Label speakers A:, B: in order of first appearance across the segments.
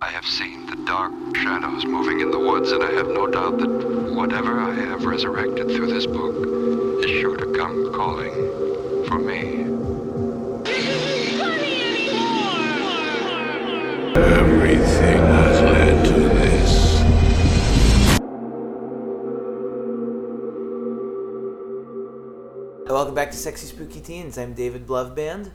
A: I have seen the dark shadows moving in the woods, and I have no doubt that whatever I have resurrected through this book is sure to come calling for me.
B: Everything has led to this.
C: Hey, Welcome back to Sexy Spooky Teens. I'm David Bloveband.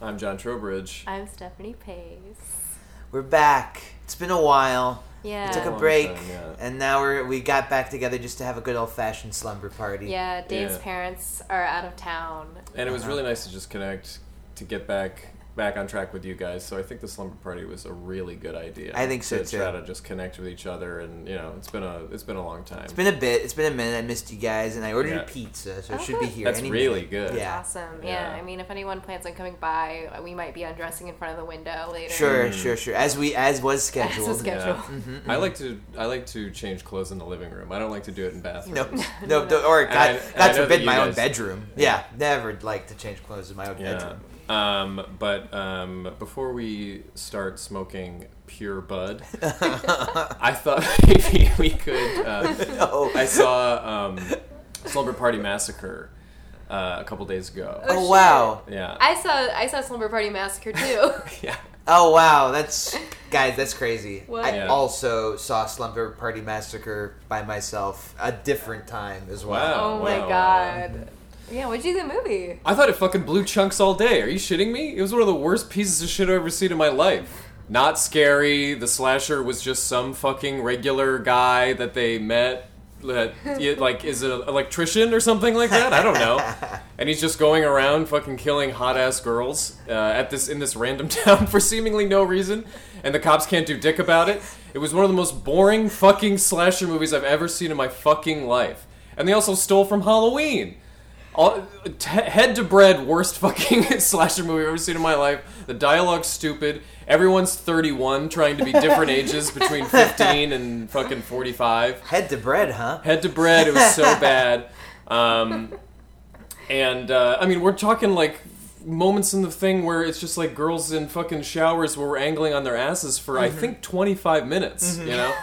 D: I'm John Trowbridge.
E: I'm Stephanie Pace.
C: We're back. It's been a while.
E: Yeah.
C: Took a
D: Long
C: break,
D: time, yeah.
C: and now we're we got back together just to have a good old fashioned slumber party.
E: yeah, Dave's
D: Yeah.
E: parents are out of town.
D: And it was really nice to just connect to get back back on track with you guys. So I think the slumber party was a really good idea.
C: I think so,
D: to
C: too.
D: Try to just connect with each other, and you know, it's been a it's been a long time.
C: It's been a bit. It's been a minute. I missed you guys, and I ordered
D: Yeah.
C: a pizza, so it
E: Oh,
C: should be
E: good.
C: here.
D: That's
C: any
D: really
C: minute.
D: good.
C: Yeah.
E: Awesome. Yeah.
D: Yeah.
E: I mean, if anyone plans on coming by, we might be undressing in front of the window later.
C: Sure, sure, sure. As we as was
E: As
C: scheduled.
E: a schedule.
C: Mm-hmm,
D: I like to I like to change clothes in the living room. I don't like to do it in bathrooms.
C: No, no, don't- or
D: I-
C: God,
D: and I know
C: God
D: that
C: forbid
D: you
C: my own
D: guys-
C: bedroom. Yeah. never like to change clothes in my own
D: Yeah.
C: bedroom.
D: Um, but um, before we start smoking pure bud, I thought maybe we could. Uh,
C: No.
D: I saw um, Slumber Party Massacre uh, a couple days ago.
C: oh wow.
D: Yeah.
E: I saw I saw Slumber Party Massacre too.
D: yeah.
C: Oh wow, that's guys, that's crazy.
E: What?
C: I
D: Yeah.
C: also saw Slumber Party Massacre by myself a different time as well.
D: Wow.
E: oh my
D: wow.
E: god. Yeah, what'd you think of the movie?
D: I thought it fucking blew chunks all day. Are you shitting me? It was one of the worst pieces of shit I've ever seen in my life. Not scary. The slasher was just some fucking regular guy that they met that yeah, like is an electrician or something like that. I don't know. And he's just going around fucking killing hot ass girls uh, at this in this random town for seemingly no reason, and the cops can't do dick about it. It was one of the most boring fucking slasher movies I've ever seen in my fucking life. And they also stole from Halloween. All, t- head to bread, worst fucking slasher movie I've ever seen in my life. The dialogue's stupid. Everyone's 31, trying to be different ages between 15 and fucking 45.
C: Head to bread, huh?
D: Head to bread, it was so bad. Um, and, uh, I mean, we're talking like moments in the thing where it's just like girls in fucking showers were angling on their asses for, I think, 25 minutes, you know?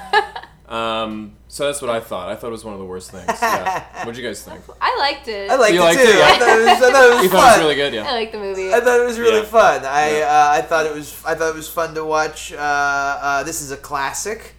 D: Um, so that's what I thought. I thought it was one of the worst things. Yeah. What'd you guys think?
E: I liked it.
C: I liked
D: You
C: it
D: liked
C: too.
D: it, yeah.
C: I thought it was, I thought it
D: You
C: was
D: thought it was
C: fun.
D: really good, yeah.
E: I liked the movie.
C: I thought it was really
D: Yeah.
C: fun. I
D: Yeah.
C: uh, I thought it was I thought it was fun to watch. Uh, uh, this is a classic,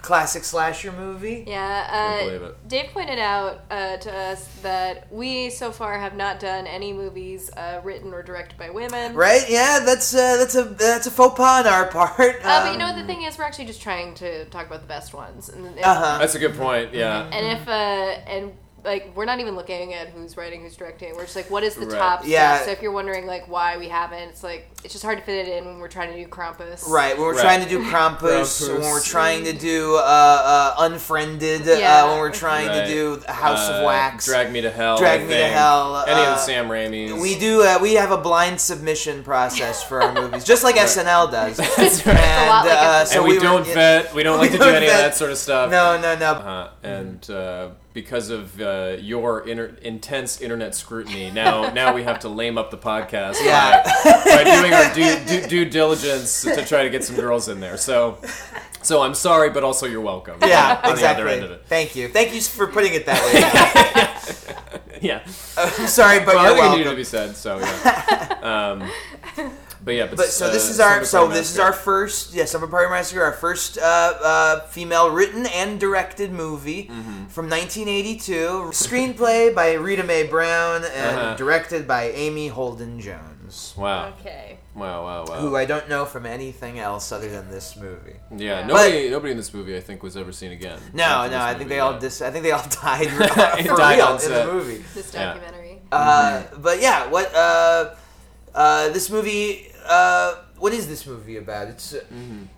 C: classic slasher movie.
E: Yeah, uh,
D: Couldn't believe it.
E: Dave pointed out uh, to us that we so far have not done any movies uh, written or directed by women.
C: Right? Yeah, that's uh, that's a that's a faux pas on our part.
E: Uh, but
C: Um,
E: you know what the thing is, we're actually just trying to talk about the best ones, and if,
C: Uh-huh.
D: That's a good point, yeah.
E: and if uh, and like we're not even looking at who's writing, who's directing. We're just like, what is the
D: Right.
E: top?
C: Yeah.
E: Stuff? So if you're wondering like why we haven't, it's like it's just hard to fit it in when we're trying to do Krampus.
C: Right, when we're
D: Right.
C: trying to do Krampus, when
D: Krampus.
C: we're trying to do uh, uh, Unfriended, uh,
E: Yeah.
C: when we're trying
D: Right.
C: to do House
D: Uh,
C: of Wax.
D: Drag Me to Hell.
C: Drag
D: I
C: Me to
D: think.
C: Hell,
D: Any of
C: uh,
D: the Sam Raimi's.
C: we do. Uh, we have a blind submission process for our movies, just like SNL does.
D: That's right.
C: And,
E: lot like
C: uh,
E: SNL.
C: so
D: and we,
C: were-
D: don't vet. We don't like
C: We
D: to do
C: don't
D: any of
C: vet.
D: that sort of stuff.
C: No, no, no.
D: Uh, and uh, because of uh, your inter- intense internet scrutiny, now now we have to lame up the podcast
C: Yeah.
D: by, by doing our due, due, due diligence to try to get some girls in there. So, so I'm sorry, but also you're welcome.
C: yeah,
D: on
C: exactly.
D: the other end of it.
C: Thank you. Thank you for putting it that way.
D: Yeah.
C: I'm sorry, but
D: Well, I
C: Oh, you're
D: think it
C: welcome.
D: needed to be said. So yeah. um, but yeah. But,
C: But so this
D: uh,
C: is our
D: Slumber
C: so
D: Party
C: this is
D: Massacre.
C: our first yeah Summer Party Massacre our first uh, uh, female written and directed movie
D: Mm-hmm.
C: from 1982 screenplay by Rita Mae Brown and
D: Uh-huh.
C: directed by Amy Holden Jones
D: Wow.
E: Okay.
D: Wow, wow, wow.
C: who I don't know from anything else other than this movie.
D: yeah,
E: But-
D: nobody nobody in this movie I think was ever seen again.
C: No, no,
D: After this
C: I
D: movie,
C: think they
D: yeah.
C: all dis- I think they all died for
D: Died
C: real
D: on
C: in the
D: set. Mm-hmm.
C: movie.
E: This
D: Yeah.
E: documentary.
C: Uh, but yeah, what uh, uh, this movie? Uh, what is this movie about? It's uh,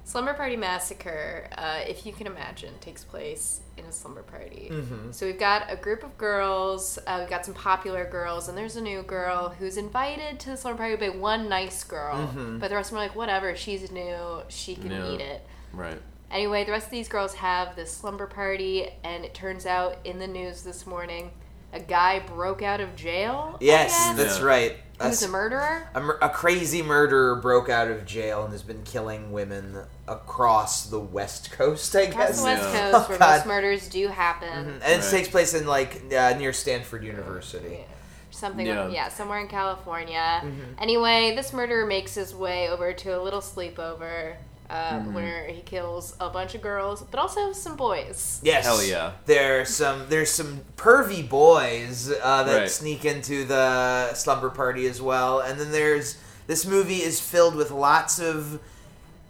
E: Slumber Party Massacre, uh, if you can imagine, takes place in a slumber party.
C: Mm-hmm.
E: So we've got a group of girls, uh, we've got some popular girls, and there's a new girl who's invited to the slumber party by one nice girl.
C: Mm-hmm.
E: But the rest of them are like, whatever, she's new, she can
D: Yeah.
E: eat it.
D: Right.
E: Anyway, the rest of these girls have this slumber party, and it turns out in the news this morning a guy broke out of jail. I
C: Yes,
E: guess,
C: that's
D: Yeah.
C: right.
E: who's a
C: That's-
E: murderer?
C: a, mur- a crazy murderer broke out of jail and has been killing women across the West Coast, I
E: Across
C: guess.
E: the West
D: Yeah.
E: Coast,
C: Oh,
E: where
C: God. Mm-hmm.
E: most murders do happen.
C: And this
D: Right.
C: takes place in like uh, near Stanford University.
E: Yeah. Something,
D: Yeah.
E: yeah. yeah, somewhere in California. Anyway, this murderer makes his way over to a little sleepover uh, where he kills a bunch of girls, but also some boys.
C: Yes.
D: Hell yeah.
C: There's some there's some pervy boys uh, that
D: Right.
C: sneak into the slumber party as well, and then there's this movie is filled with lots of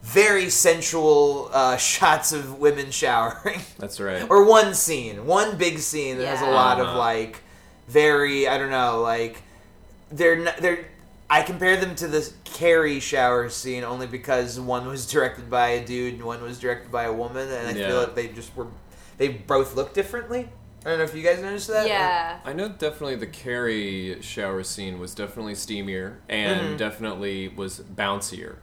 C: very sensual uh, shots of women showering,
D: That's right.
C: or one scene, one big scene that has a
E: Yeah.
C: lot of
D: Uh-huh.
C: like very I don't know like they're not, they're. I compare them to the Carrie shower scene only because one was directed by a dude and one was directed by a woman, and I
D: Yeah.
C: feel like they just were they both look differently. I don't know if you guys noticed that.
E: Yeah.
D: I know definitely the Carrie shower scene was definitely steamier and definitely was bouncier.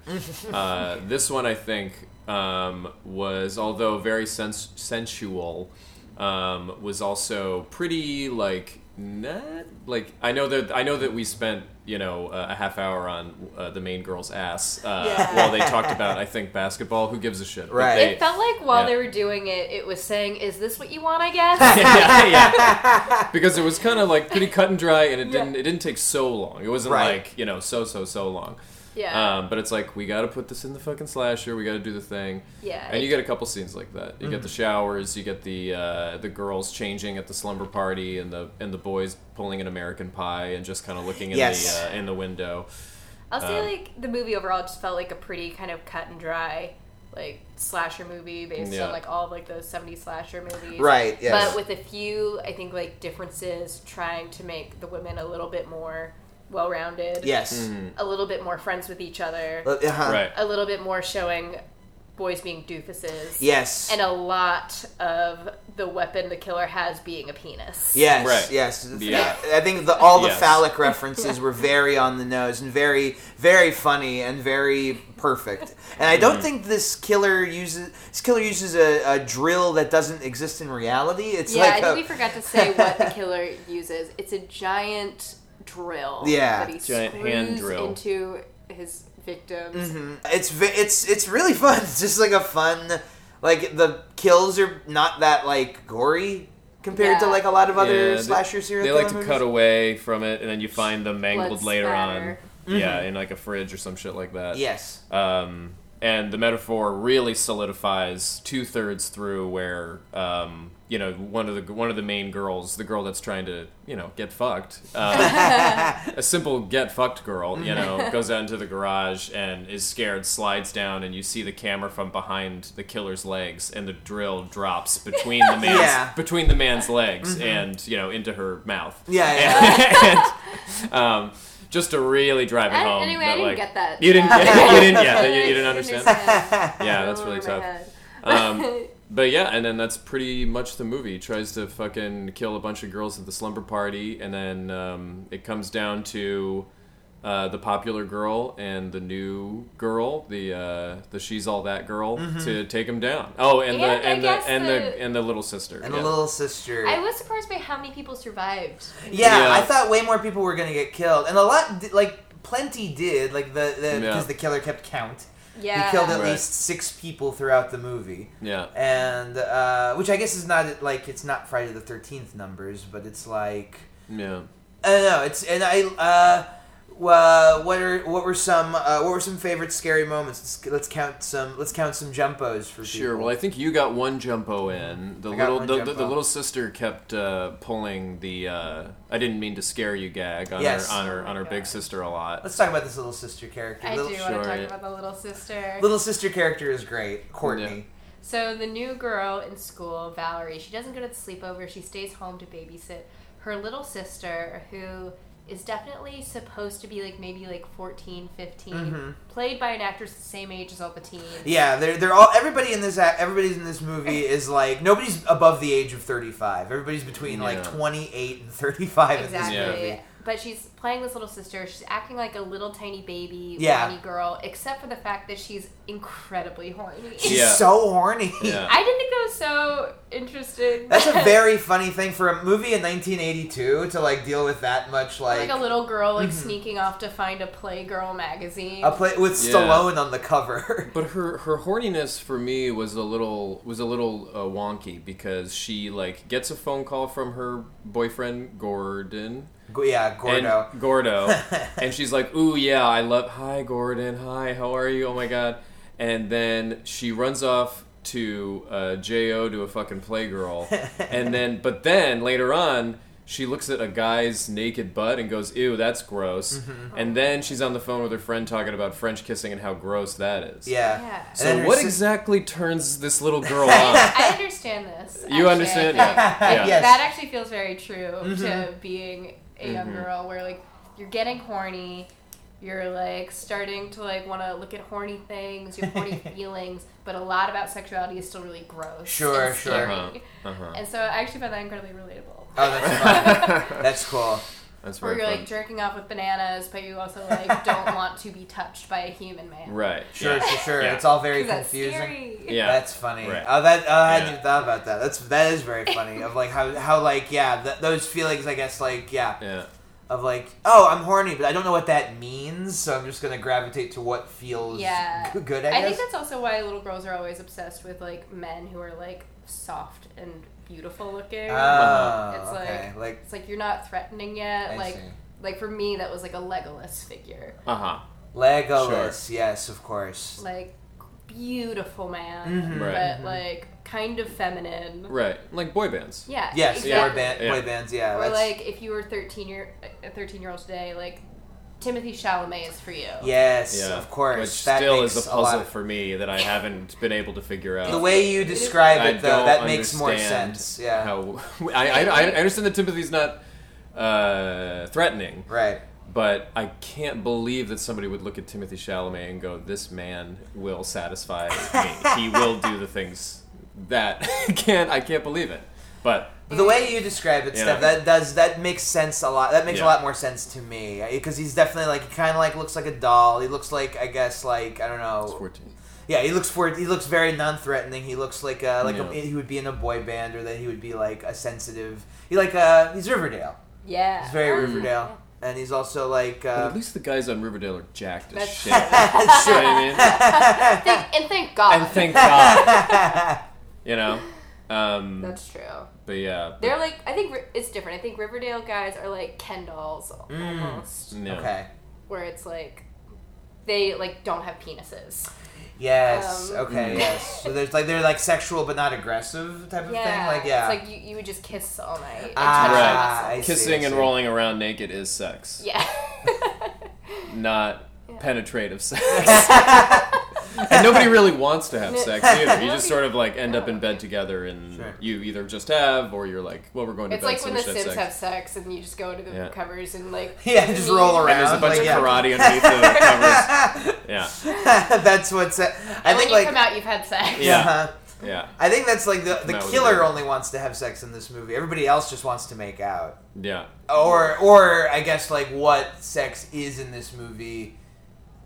D: uh, this one, I think, um, was, although very sens- sensual, um, was also pretty, like, not like I know that I know that we spent you know uh, a half hour on uh, the main girl's ass uh,
E: Yeah.
D: while they talked about I think basketball who gives a shit But
C: Right.
D: they-
E: It felt like while
D: yeah.
E: they were doing it, it was saying, "Is this what you want?" I guess.
D: yeah, yeah. Because it was kind of like pretty cut and dry, and it didn't it didn't take so long. It wasn't
C: Right.
D: like you know so so so long.
E: yeah.
D: Um, but it's like we got to put this in the fucking slasher. We got to do the thing.
E: Yeah,
D: And you
E: it-
D: get a couple scenes like that. You get the showers. You get the uh, the girls changing at the slumber party, and the and the boys pulling an American pie and just kind of looking in
C: Yes.
D: the uh, in the window.
E: I'll say
C: Um,
E: like the movie overall just felt like a pretty kind of cut and dry like slasher movie based
D: Yeah.
E: on like all of, like those 70s slasher movies.
C: Right, yes.
E: But with a few I think like differences trying to make the women a little bit more well-rounded.
C: Yes.
E: A little bit more friends with each other.
C: Uh, uh-huh.
D: Mm-hmm. Right.
E: A little bit more showing boys being doofuses.
C: Yes.
E: And a lot of the weapon the killer has being a penis.
C: Yes,
D: Right.
C: yes.
D: Yeah.
C: I think the, all the
D: Yes.
C: phallic references were very on the nose and very, very funny and very perfect. And I
D: Mm-hmm.
C: don't think this killer uses this killer uses a, a drill that doesn't exist in reality. It's
E: Yeah,
C: like
E: I think
C: a-
E: we forgot to say what the killer uses. It's a giant drill.
C: Yeah.
E: that he
D: Giant
E: screws
D: hand drill.
E: into his victims.
C: Mm-hmm. it's ve- it's it's really fun. It's just like a fun, like the kills are not that like gory compared to
E: Yeah.
C: like a lot of other
D: Yeah, they-
C: slasher serial
D: They like to
C: killer
D: cut
C: movies.
D: away from it, and then you find them mangled
E: Blood
D: later
E: spatter. Mm-hmm.
D: on. Yeah, in like a fridge or some shit like that.
C: Yes,
D: Um, and the metaphor really solidifies two thirds through where um, you know one of the one of the main girls, the girl that's trying to you know get fucked, uh, a simple get fucked girl, you know, goes out into the garage and is scared, slides down, and you see the camera from behind the killer's legs, and the drill drops between the man's
C: Yeah. Mm-hmm.
D: between the man's legs and you know into her mouth.
C: yeah, yeah.
D: and, um, just to really drive it
E: I-
D: home.
E: anyway, I
D: that,
E: didn't
D: like-
E: get that.
D: You didn't. Get, you didn't. Yeah, you,
E: I
D: you didn't understand. Yeah, that's really
E: Over my
D: tough.
E: head.
D: Um, but yeah, and then that's pretty much the movie. He tries to fucking kill a bunch of girls at the slumber party, and then um, it comes down to uh, the popular girl and the new girl, the uh, the she's all that girl,
C: Mm-hmm.
D: to take him down. Oh, and, the
E: And I
D: and the
E: guess
D: and
E: the-
D: the and the little sister.
C: and
D: yeah.
C: a little sister.
E: I was surprised by how many people survived.
C: Yeah,
D: Yeah.
C: I thought way more people were gonna get killed, and a lot, di- like plenty, did. Like the because the,
D: Yeah.
C: 'cause the killer kept count.
E: Yeah,
C: He killed at
D: Right.
C: least six people throughout the movie,
D: yeah.
C: and uh, which I guess is not like it's not Friday the Thirteenth numbers, but it's like
D: Yeah.
C: I don't know. It's and I. Uh, well, what are what were some uh, what were some favorite scary moments? Let's, let's count some let's count some jumpos for
D: Sure.
C: people.
D: Well, I think you got one jumpo in. The
C: I got
D: little
C: one
D: the, the, the
C: jumpo.
D: little sister kept uh, pulling the uh, I didn't mean to scare you gag on
C: Yes.
D: her on her
E: Oh
D: on her
E: my
D: big
E: God.
D: sister a lot.
C: let's talk about this little sister character.
E: I do
C: little,
E: want to
D: Sure,
E: talk
D: yeah.
E: about the little sister.
C: little sister character is great. Courtney.
E: So the new girl in school, Valerie, she doesn't go to the sleepover. She stays home to babysit her little sister, who is definitely supposed to be like maybe like 14, 15,
C: Mm-hmm.
E: played by an actress the same age as all the teens.
C: Yeah, they're they're all everybody in this act- everybody's in this movie is like nobody's above the age of thirty five. Everybody's between like
D: Yeah.
C: twenty eight and thirty five in
E: Exactly.
C: this movie.
E: but she's playing this little sister. She's acting like a little tiny baby,
C: Yeah.
E: whiny girl, except for the fact that she's incredibly horny.
C: She's
D: Yeah.
C: so horny.
D: Yeah.
E: I didn't think that was so interesting.
C: That's a very funny thing for a movie in 1982 to like deal with that much like, Mm-hmm.
E: like a little girl like sneaking off to find a Playgirl magazine.
C: a play with
D: Yeah.
C: Stallone on the cover.
D: But her her horniness for me was a little was a little uh, wonky because she like gets a phone call from her boyfriend Gordon.
C: G- yeah, Gordo.
D: And Gordo. and she's like, "Ooh, yeah, I love. Hi, Gordon. Hi, how are you? Oh my god." And then she runs off to uh, Jo to a fucking playgirl, and then but then later on. She looks at a guy's naked butt and goes, "Ew, that's gross." And then she's on the phone with her friend talking about French kissing and how gross that is.
C: yeah.
E: Yeah.
C: And then
D: So
C: her
D: what
C: sis-
D: exactly turns this little girl on?
E: I understand this.
D: You
E: actually,
D: understand?
E: I think.
D: Yeah.
E: I think
C: Yeah.
E: That actually feels very true to being a young
D: Mm-hmm.
E: girl where like you're getting horny, you're like starting to like want to look at horny things, your horny feelings, but a lot about sexuality is still really gross.
C: Sure,
E: and
C: sure.
E: scary.
D: Uh-huh, uh-huh.
E: And so I actually found that incredibly relatable.
C: Oh, that's fun. that's cool.
D: That's
E: Where
D: very
E: you're
D: fun.
E: like jerking off with bananas, but you also like don't want to be touched by a human man.
D: right.
C: Sure,
D: yeah.
C: sure, sure.
D: Yeah.
C: It's all very
E: 'Cause that's
C: confusing.
E: scary.
D: Yeah.
C: That's funny.
D: Right.
C: Oh, that oh, I hadn't
D: Yeah.
C: even thought about that. That's that is very funny. Of like how how like yeah th- those feelings I guess like yeah
D: Yeah.
C: of like oh I'm horny but I don't know what that means so I'm just gonna gravitate to what feels
E: Yeah.
C: g- good. I,
E: I,
C: guess.
E: think that's also why little girls are always obsessed with like men who are like soft and beautiful looking.
C: Oh,
E: It's like-
C: okay. Like,
E: it's like you're not threatening yet.
C: I
E: like
C: see.
E: like for me that was like a Legolas figure.
D: Uh huh.
C: Legolas, yes, of course.
E: Like beautiful man,
C: Mm-hmm.
D: Mhm.
E: but
D: Right.
E: like kind of feminine.
D: Right. Like boy bands.
E: Yeah.
C: Yes,
E: exactly.
C: boy, band,
D: Yeah.
C: boy bands, yeah.
E: Or
C: that's-
E: like if you were 13 year a 13 year old today, like Timothy Chalamet is for you.
C: yes,
D: Yeah,
C: of course.
D: Which
C: that
D: still
C: makes
D: is a
C: lot
D: puzzle
C: of-
D: for me that I haven't been able to figure out.
C: the way you describe
D: I
C: it, though,
D: don't
C: that makes more
D: understand
C: sense. Yeah,
D: How I, I, I understand that Timothy's not uh, threatening,
C: right.
D: but I can't believe that somebody would look at Timothy Chalamet and go, "This man will satisfy me. he will do the things that can't." I can't believe it, but
C: The way you describe it,
D: Yeah.
C: Steph, that does that makes sense a lot. That makes a
D: Yeah.
C: lot more sense to me because he's definitely like he kind of like looks like a doll. He looks like I guess like I don't
D: it's
C: know.
D: fourteen.
C: Yeah, he looks for he looks very non-threatening. He looks like uh like a,
D: Yeah.
C: he would be in a boy band or that he would be like a sensitive. He like uh he's Riverdale.
E: Oh, Yeah.
C: He's very Riverdale, and he's also like
D: But
C: uh,
D: at least the guys on Riverdale are jacked as
E: That's-
D: shit. You know what I mean?
E: Thank- and thank God.
D: and thank God. Ah. you know, um,
E: That's true.
D: but yeah,
E: They're like I think Ri- it's different. I think Riverdale guys are like Ken dolls
C: Mm.
E: almost,
D: no.
C: okay.
E: where it's like they like don't have penises.
C: Yes.
E: Um,
C: okay.
D: Mhm.
C: Yes. So there's like they're like sexual but not aggressive type of thing. Like yeah.
E: it's like you, you would just kiss all night. and
C: Ah,
E: touch your
C: I
E: muscles.
C: see,
D: kissing
C: I
D: and
C: see.
D: rolling around naked is sex,
E: yeah.
D: not
E: Yeah.
D: penetrative sex. and nobody really wants to have sex either. You just sort of like end up in bed together, and
C: Sure.
D: you either just have, or you're like, well, we're going to
E: it's
D: bed.
E: like
D: so
E: when
D: we
E: the
D: should
E: Sims have
D: sex.
E: sex and you just go to the
D: Yeah.
E: covers and like
C: yeah, just roll around.
D: And there's a bunch
C: like,
D: of
C: yeah.
D: karate underneath the covers. Yeah,
C: that's what's. uh, I
E: And when
C: think
E: you
C: like
E: come out, you've had sex.
D: Yeah.
C: uh-huh.
D: yeah,
C: I think that's like the the
D: That was
C: killer
D: good.
C: only wants to have sex in this movie. Everybody else just wants to make out.
D: yeah.
C: Or or I guess like what sex is in this movie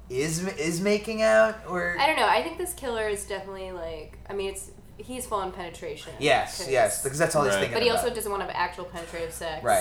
C: is is making out or
E: I don't know. I think this killer is definitely like. I mean, it's he's full on penetration.
C: yes
E: 'cause-
C: yes because that's all he's
D: Right.
C: thinking.
E: But he
C: about.
E: also doesn't want to have actual penetrative sex.
C: Right.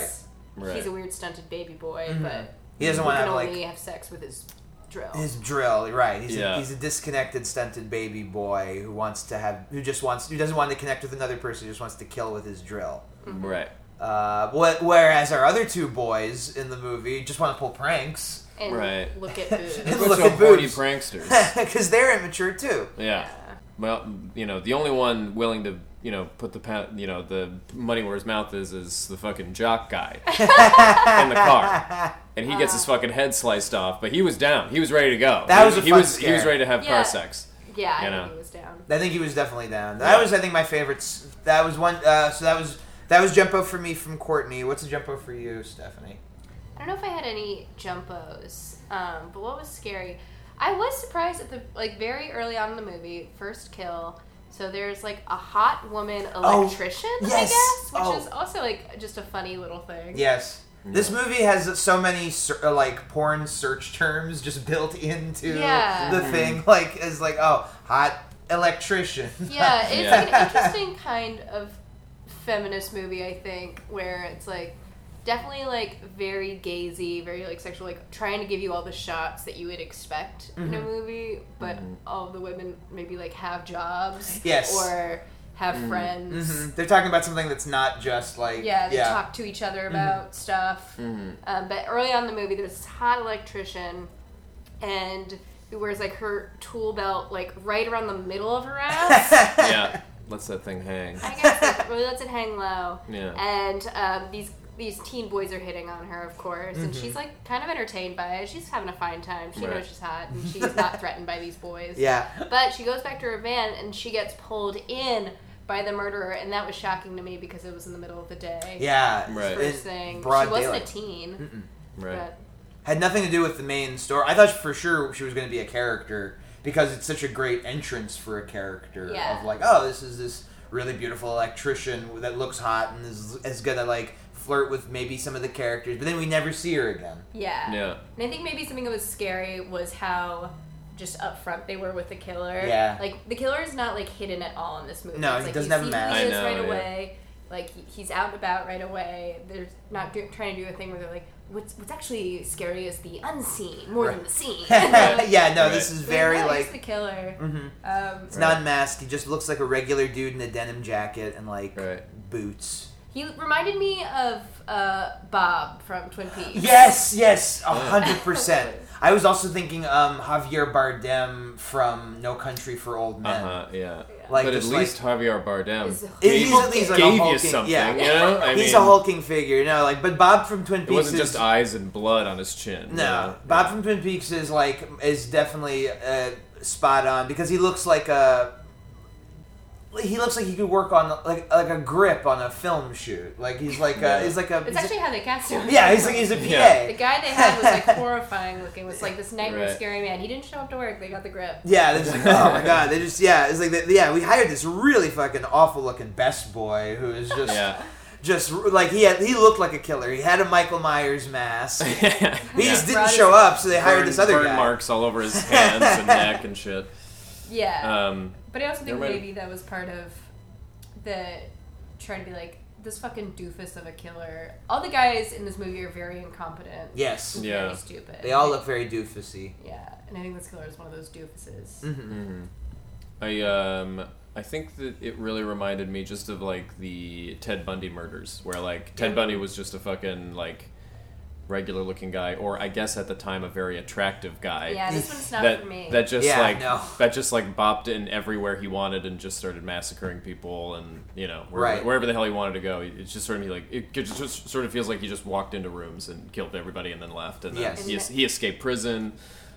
D: Right. Mm-hmm.
E: He's a weird stunted baby boy, but
C: he doesn't
E: he
C: want to
E: can
C: have
E: only
C: like
E: have sex with his drill.
C: his drill right. He's a,
D: Yeah.
C: he's a disconnected stunted baby boy who wants to have who just wants who doesn't want to connect with another person. Who just wants to kill with his drill.
D: Right.
C: Uh, wh- whereas our other two boys in the movie just want to pull pranks
E: and
D: Right.
E: look at boobs.
C: And
D: Bunch
C: look
D: of
C: at
D: horny
C: boobs.
D: pranksters.
C: because they're immature too.
D: Yeah. Well, you know, the only one willing to, you know, put the pa- you know the money where his mouth is is the fucking jock guy in the car, and he gets his
E: Ah.
D: fucking head sliced off. But he was down. He was ready to go.
C: That
D: he,
C: was a
D: he
C: fun
D: was he was
C: scare.
D: ready to have
E: Yeah.
D: car sex.
E: yeah, I
D: You
E: think
D: know.
E: he was down.
C: I think he was definitely down. That
D: Yeah.
C: was, I think, my favorite. s- That was one. Uh, so that was that was jump up for me from Courtney. What's a jump up for you, Stephanie?
E: I don't know if I had any jumpos, um, but what was scary? I was surprised at the like very early on in the movie, first kill. So there's like a hot woman electrician, I
C: Oh, yes.
E: guess, which
C: Oh.
E: is also like just a funny little thing.
C: Yes, This movie has so many ser- uh, like porn search terms just built into
E: Yeah.
D: Mm-hmm.
C: the thing. Like is like oh hot electrician.
E: Yeah, it's
D: Yeah.
E: like an interesting kind of feminist movie, I think, where it's like definitely like very gazy, very like sexual, like trying to give you all the shots that you would expect in a movie, but all the women maybe like have jobs
C: Yes.
E: or have friends.
C: Mhm. They're talking about something that's not just like
E: Mm-hmm. Yeah, Mm-hmm. they talk to each other about stuff. Um, but early on in the movie, there's this hot electrician, and who wears like her tool belt like right around the middle of her ass.
D: yeah, lets that thing hang.
E: I guess like, really lets it hang low.
D: Yeah.
E: And um, these these teen boys are hitting on her, of course,
C: Mm-hmm.
E: and she's like kind of entertained by it. She's having a fine time. She
D: Right.
E: knows she's hot, and she's not threatened by these boys.
C: Yeah.
E: But she goes back to her van, and she gets pulled in by the murderer, and that was shocking to me because it was in the middle of the day.
C: Yeah.
D: Right.
E: First
C: In
E: thing, she
C: broad
E: wasn't a
C: daylight.
E: teen,
D: Right.
E: but
C: Had nothing to do with the main story. I thought for sure she was going to be a character because it's such a great entrance for a character
E: Yeah.
C: of like, oh, this is this really beautiful electrician that looks hot and is, is going to like flirt with maybe some of the characters, but then we never see her again.
E: yeah.
D: Yeah.
E: And I think maybe something that was scary was how just upfront they were with the killer.
C: Yeah.
E: Like the killer is not like hidden at all in this movie.
C: No,
E: it's
C: he
E: like,
C: doesn't
E: you
C: have a
E: see
C: mask.
E: Who he
D: I
E: is
D: know,
E: right
D: yeah.
E: away. Like he- he's out and about right away. They're not do- trying to do a thing where they're like, "What's what's actually scary is the unseen more than
C: Right.
E: the seen."
C: yeah, no, this
D: Right.
C: is very
E: no, he's
C: like mm-hmm.
E: the killer. Um,
C: it's not masked. He just looks like a regular dude in a denim jacket and like
D: Right.
C: boots.
E: he reminded me of uh, Bob from Twin Peaks.
C: Yes, yes, a hundred percent. I was also thinking um, Javier Bardem from No Country for Old Men.
D: Uh huh. Yeah.
C: Like,
D: but at
C: just like-
D: least Javier Bardem
E: Is a-
D: gave,
C: He's at least like a
D: gave you
C: hulking-
D: something.
C: yeah.
D: You know. I
C: He's
D: mean,
C: a hulking figure, no, like, but Bob from Twin Peaks.
D: It
C: is,
D: wasn't just eyes and blood on his chin. you
C: no,
D: know?
C: Bob from Twin Peaks is like is definitely uh, spot on because he looks like a. He looks like he could work on like like a grip on a film shoot. Like he's like
D: Yeah.
C: a he's like a
E: It's
C: he's
E: actually how they cast him.
C: a, yeah he's like he's a PA.
D: Yeah.
E: The guy they had was like horrifying looking. Was like this nightmare
D: Right.
E: scary man. He didn't show up to work. They got the grip.
C: Yeah, they're just like, oh my god, they just yeah, it's like they, yeah, we hired this really fucking awful looking best boy who is just
D: Yeah.
C: just like he had he looked like a killer. He had a Michael Myers mask. He
D: yeah.
C: just didn't
E: Brought
C: show
E: his-
C: up, so they hired this other
D: burn
C: guy.
D: marks all over his hands and neck and shit.
E: Yeah.
D: Um,
E: but I also think
D: there might-
E: maybe that was part of the trying to be like this fucking doofus of a killer. All the guys in this movie are very incompetent.
C: Yes,
D: Yeah.
E: Very stupid.
C: they all look very doofusy.
E: Yeah, and I think this killer is one of those doofuses.
C: Mm.
D: I um I think that it really reminded me just of like the Ted Bundy murders, where like Ted Bundy was just a fucking like regular looking guy, or I guess at the time a very attractive guy.
E: Yeah, this one's not
D: That,
E: for me.
D: that just
C: Yeah,
D: like
C: no.
D: that just like bopped in everywhere he wanted and just started massacring people and you know wherever,
C: Right.
D: wherever the hell he wanted to go it just sort of like it just, just sort of feels like he just walked into rooms and killed everybody and then left and then
C: Yes.
D: he, es- he escaped prison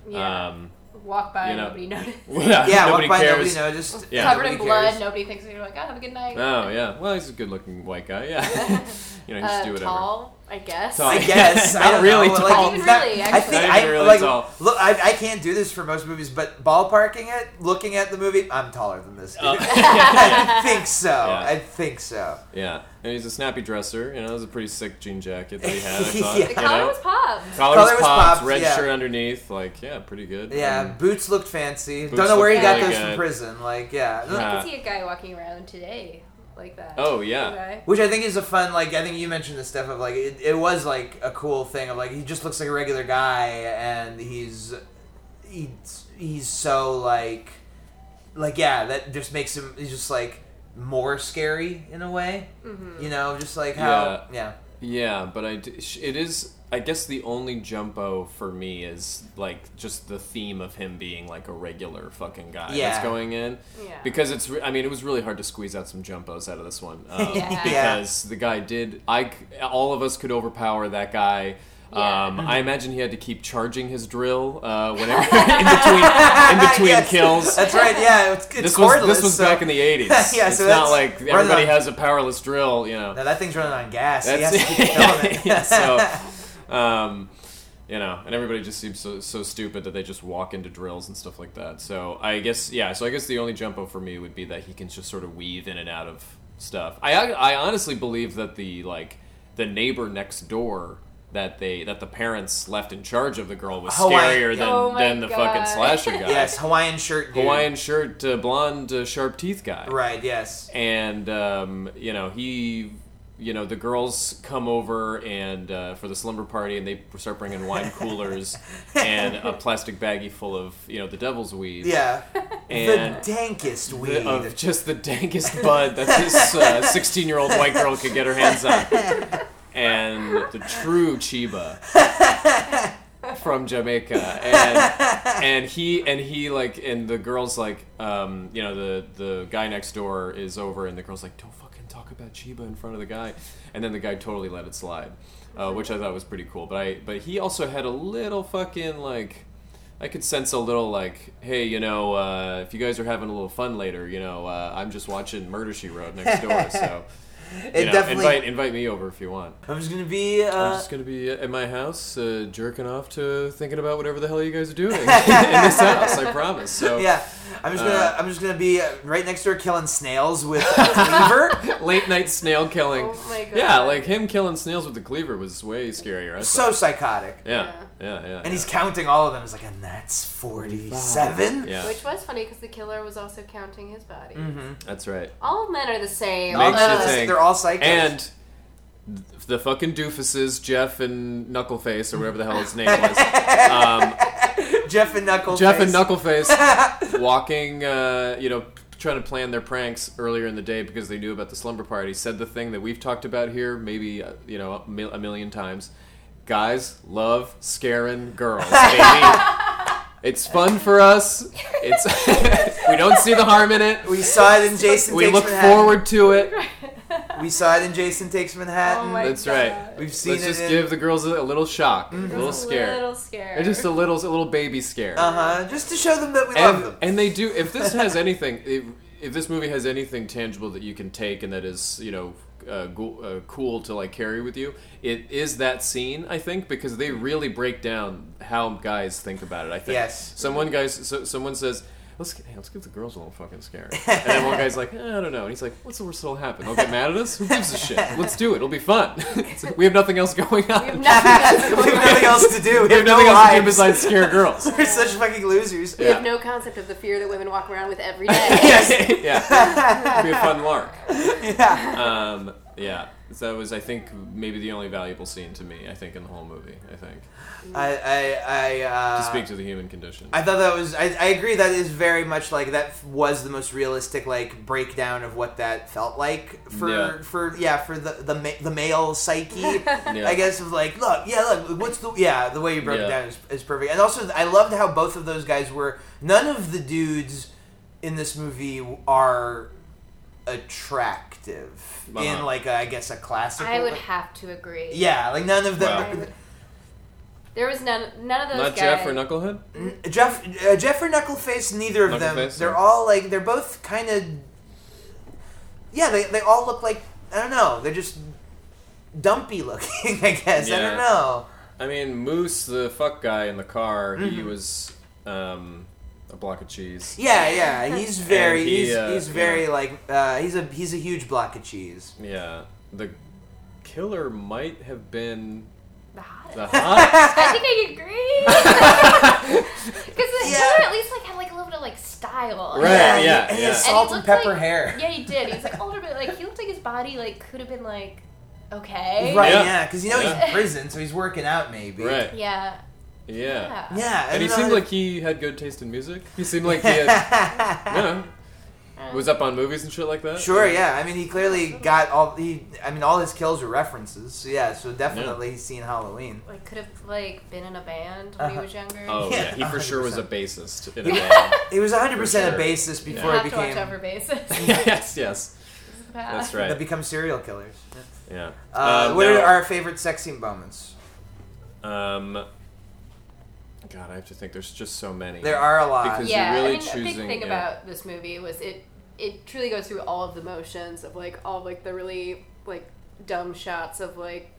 E: yeah.
D: um
E: Walk by,
D: you know.
E: nobody noticed.
C: Yeah,
D: nobody
C: walk by
D: cares.
C: nobody noticed.
D: Yeah.
E: Covered
C: nobody
E: in blood,
C: cares.
E: nobody thinks you're like, oh, have a good night.
D: Oh yeah, well he's a good-looking white guy. Yeah, you know he just
E: uh,
D: do whatever.
E: tall, I guess.
D: Tall.
C: I guess
D: Not
C: I don't
D: really
C: know,
D: tall.
C: Like,
E: Not even really,
C: I
E: actually.
C: think
D: Not even
C: I
D: really
C: like
D: tall.
C: look. I, I can't do this for most movies, but ballparking it, looking at the movie, I'm taller than this. Dude.
D: Uh,
C: I think so.
D: Yeah.
C: I think so.
D: Yeah, and he's a snappy dresser. You know, it was a pretty sick jean jacket that he had. I thought,
C: Yeah.
E: The
D: you
E: collar
D: know? Uh,
E: was popped.
D: Collar
C: Collar
D: was
C: was
D: popped,
C: popped,
D: red
C: yeah.
D: shirt underneath. Like yeah, pretty good.
C: Yeah,
D: Um,
C: boots looked fancy.
D: Boots
C: Don't know where he
E: look
C: got
E: really
C: those from
D: good.
C: prison. Like, yeah.
D: Yeah.
E: I
D: Uh,
E: can see a guy walking around today like that.
D: Oh, yeah.
E: Okay.
C: Which I think is a fun, like, I think you mentioned this stuff of, like, it, it was, like, a cool thing of, like, he just looks like a regular guy and he's, he's, he's so, like, like, yeah, that just makes him, he's just, like, more scary in a way. You know, just like how, yeah.
D: yeah, but I d- sh- it is. I guess the only jumbo for me is like just the theme of him being like a regular fucking guy
C: Yeah.
D: that's going in.
E: Yeah.
D: Because it's, re- I mean, it was really hard to squeeze out some jumpos out of this one. Um,
E: Yeah.
D: Because the guy did, I, c- all of us could overpower that guy.
E: Yeah.
D: Um, I imagine he had to keep charging his drill uh, whenever in between in between
C: Yes.
D: kills.
C: That's right, yeah. It's, it's
D: this
C: cordless.
D: was this was
C: so-
D: back in the eighties.
C: Yeah,
D: it's
C: so
D: not
C: that's-
D: like
C: we're
D: everybody
C: not-
D: has a powerless drill, you know.
C: No, that thing's running on gas. He has
D: That's
C: to keep filling it.
D: yeah, so, um, you know, and everybody just seems so, so stupid that they just walk into drills and stuff like that. So I guess yeah. So I guess the only jumpo for me would be that he can just sort of weave in and out of stuff. I I honestly believe that the like the neighbor next door that they that the parents left in charge of the girl was
C: Hawaiian-
D: scarier than,
E: Oh my
D: than the fucking
E: God.
D: slasher guy.
C: Yes, Hawaiian shirt. Dude.
D: Hawaiian shirt, uh, blonde, uh, sharp teeth guy.
C: Right. Yes.
D: and um, you know he you know the girls come over and uh, for the slumber party and they start bringing wine coolers and a plastic baggie full of you know the devil's weed
C: Yeah.
D: and
C: the dankest weed.
D: the- of just the dankest bud that this 16 year old white girl could get her hands on and the true chiba from jamaica and and he and he like and the girl's like um you know the the guy next door is over and the girl's like don't fucking talk about chiba in front of the guy and then the guy totally let it slide uh, which i thought was pretty cool but i but he also had a little fucking like I could sense a little like, hey, you know, uh, if you guys are having a little fun later, you know, uh, I'm just watching Murder She Wrote next door, so
C: it
D: you know,
C: definitely.
D: invite invite me over if you want.
C: I'm just gonna be.
D: I'm
C: Uh,
D: just gonna be at my house, uh, jerking off to thinking about whatever the hell you guys are doing in this house. I promise. So
C: yeah. I'm just gonna. I'm just gonna be uh, right next door killing snails with a cleaver.
D: late night snail killing.
E: Oh my God.
D: Yeah, like him killing snails with the cleaver was way scarier. I
C: so
D: thought.
C: psychotic.
D: yeah, yeah, yeah.
C: And he's counting all of them. It's like, and that's forty-seven.
D: yeah,
E: Which was funny because the killer was also counting his body.
D: that's right.
E: All men are the same.
D: Makes you
E: although-
D: think.
C: They're all psychos.
D: And th- the fucking doofuses, Jeff and Knuckleface, or whatever the hell his name was, um,
C: Jeff and Knuckles.
D: Jeff and Knuckleface walking, uh, you know, trying to plan their pranks earlier in the day because they knew about the slumber party, said the thing that we've talked about here maybe, uh, you know, a, mil- a million times. Guys love scaring girls, baby. it's fun for us. It's we don't see the harm in it.
C: We saw it in Jason.
D: We
C: Takes
D: look
C: Manhattan.
D: forward to it.
C: We saw it in Jason Takes
E: Oh
C: Manhattan.
E: my
D: That's
E: God.
D: right.
C: We've seen
D: Let's
C: it
D: just
C: in. Mhm.
D: give the girls a, a little shock, a little scare.
E: Little scare.
D: They're just a little, a little baby scare.
C: uh huh. Just to show them that we love
D: and,
C: them.
D: and they do. If this has anything, if, if this movie has anything tangible that you can take and that is, you know, uh, go, uh, cool to like carry with you, it is that scene. I think because they really break down how guys think about it. I think.
C: Yes.
D: Someone guys. So, someone says. Let's, get- hey, let's give the girls a little fucking scare. And then one guy's like, eh, I don't know. And he's like, what's the worst that'll happen? They'll get mad at us? Who gives a shit? Let's do it. It'll be fun. It's like, we have nothing else going on.
E: We have nothing else
C: we
E: going
C: have
E: on.
C: nothing else to do. We,
D: We have
C: have no
D: nothing else to do
C: lives.
D: besides scare girls.
C: We're such fucking losers.
E: We have no concept of the fear that women walk around with every day.
D: yes. yeah. It'd be a fun lark.
C: Yeah.
D: Um, yeah. So That was, I think, maybe the only valuable scene to me, I think, in the whole movie, I think.
C: I I I. Uh,
D: To speak to the human condition.
C: I thought that was. I, I agree. That is very much like that was the most realistic like breakdown of what that felt like for
D: Yeah.
C: for yeah for the the ma- the male psyche.
D: Yeah.
C: I guess of like look yeah look what's the yeah the way you broke it
D: Yeah.
C: down is, is perfect. And also I loved how both of those guys were. None of the dudes in this movie are attractive in
D: Uh-huh.
C: like a, I guess a classic.
E: I would have to agree.
C: yeah, like none of
D: Wow.
E: I
C: them.
E: would- There was none. None of those
D: Not
E: guys.
D: Jeff or Knucklehead?
C: Jeff, uh, Jeff or Knuckleface, neither of them.
D: Knuckleface,
C: They're
D: yeah.
C: all like they're both kind of. Yeah, they they all look like I don't know. They're just dumpy looking. I guess I
D: Yeah.
C: don't know.
D: I mean, Moose, the fuck guy in the car, he
C: Mm-hmm.
D: was um, a block of cheese.
C: Yeah, yeah. He's very
D: he,
C: he's,
D: uh,
C: he's
D: yeah.
C: very like uh, he's a he's a huge block of cheese.
D: Yeah. The killer might have been
E: The hottest.
D: the hot.
E: I think I agree. Because the
C: Yeah.
E: killer at least like had like a little bit of like style.
C: he,
D: Right, yeah,
C: he
D: yeah.
C: has
E: And he
C: salt and
E: looked
C: pepper
E: like-
C: hair.
E: Yeah, he did. He was like older, but like he looked like his body like could have been like okay.
C: Right,
D: Yeah.
C: yeah, because you know he's
E: Yeah.
C: in prison, so he's working out maybe.
D: right. Yeah.
E: Yeah.
C: Yeah, I
D: And he
C: don't know
D: seemed
C: how-
D: like he had good taste in music. He seemed like he had, you know, was up on movies and shit like that.
C: Sure, yeah. I mean, he clearly got all he. I mean, all his kills were references. So yeah, so definitely he's seen Halloween.
E: Like could have like been in a band when
C: Uh-huh.
E: he was younger.
D: Oh
C: Yeah,
D: yeah, he for sure was a
C: 100%.
D: bassist in a band.
C: He was 100 percent a
D: sure.
C: bassist before
E: You
C: he
E: have to
C: became
E: watch out for bases.
D: yes, yes, that's
C: that
D: right.
C: become serial killers.
D: Yeah.
C: Uh,
D: Um,
C: what
D: now-
C: are our favorite sex scene moments?
D: Um, God, I have to think. There's just so many.
C: There are a lot.
D: Because- 'Cause you're
E: yeah,
D: really
E: I mean, a
D: choosing-
E: big thing
D: yeah.
E: about this movie was it it truly goes through all of the motions of like all like the really like dumb shots of like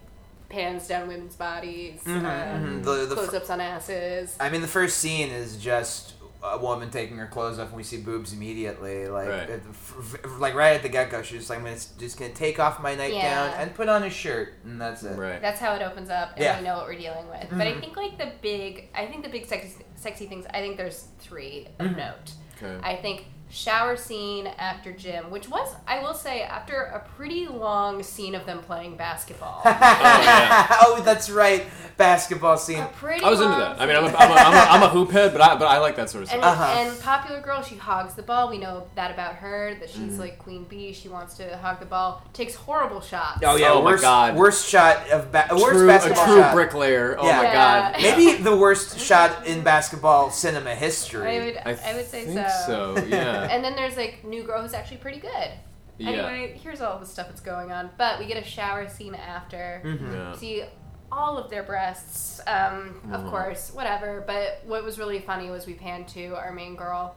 E: pans down women's bodies, uh,
C: Mhm, Mm-hmm, the- the fir-
E: close ups on asses.
C: I mean, the first scene is just a woman taking her clothes off and we see boobs immediately like
D: Right.
C: at the f- f- like right at the get-go she's just like i'm gonna- just gonna take off my nightgown
E: Yeah.
C: and put on a shirt and that's it
D: Right.
E: That's how it opens up, and
C: Yeah.
E: we know what we're dealing with. But I
C: Mhm.
E: think like the big, I think the big sexy, sexy things. I think there's three of
C: Mm-hmm.
E: note.
D: Okay.
E: I think shower scene after gym, which was I will say after a pretty long scene of them playing basketball. a
D: Oh, yeah.
C: oh that's right basketball scene
E: pretty.
D: I was into
E: long
D: that. I mean, I'm a,
E: scene.
D: I'm a, I'm a, I'm a hoop head, but I, but I like that sort of
E: And,
D: stuff.
C: Uh-huh.
E: and popular girl, she hogs the ball. We know that about her. That she's like queen bee. She wants to hog the ball. Takes horrible shots.
C: oh yeah
D: Oh, my
C: worst,
D: God.
C: worst shot of ba- worst
D: true, a
C: basketball
D: true
C: shot
D: bricklayer. Oh my
C: Yeah.
D: god.
E: Yeah.
C: maybe the worst shot in basketball cinema history
E: I would. I, would say
D: think so. Yeah.
E: And then there's like new girl who's actually pretty good.
D: yeah.
E: Anyway, here's all the stuff that's going on. But we get a shower scene after.
C: Mm-hmm.
D: Yeah.
E: See all of their breasts, um, of
C: Mm-hmm.
E: course, whatever. But what was really funny was we panned to our main girl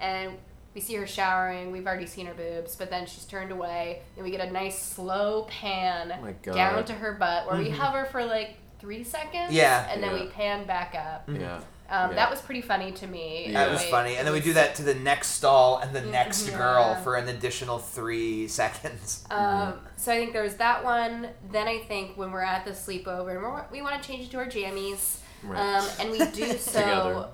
E: and we see her showering. We've already seen her boobs, but then she's turned away and we get a nice slow pan
D: Oh,
C: Oh
D: my God.
E: down to her butt where we hover for like three seconds.
C: Mm-hmm. Yeah.
E: And then
D: Yeah.
E: we pan back up.
D: Yeah.
E: Um,
D: Yeah.
E: That was pretty funny to me.
D: Yeah.
C: That was
E: Like,
C: funny. And then we
E: it
C: do that to the next stall and the next
D: Mm-hmm.
E: Yeah.
C: girl for an additional three seconds.
E: Um, so I think there was that one. Then I think when we're at the sleepover and we're, we want to change it to our jammies,
D: Right.
E: um, and we do so
D: Together.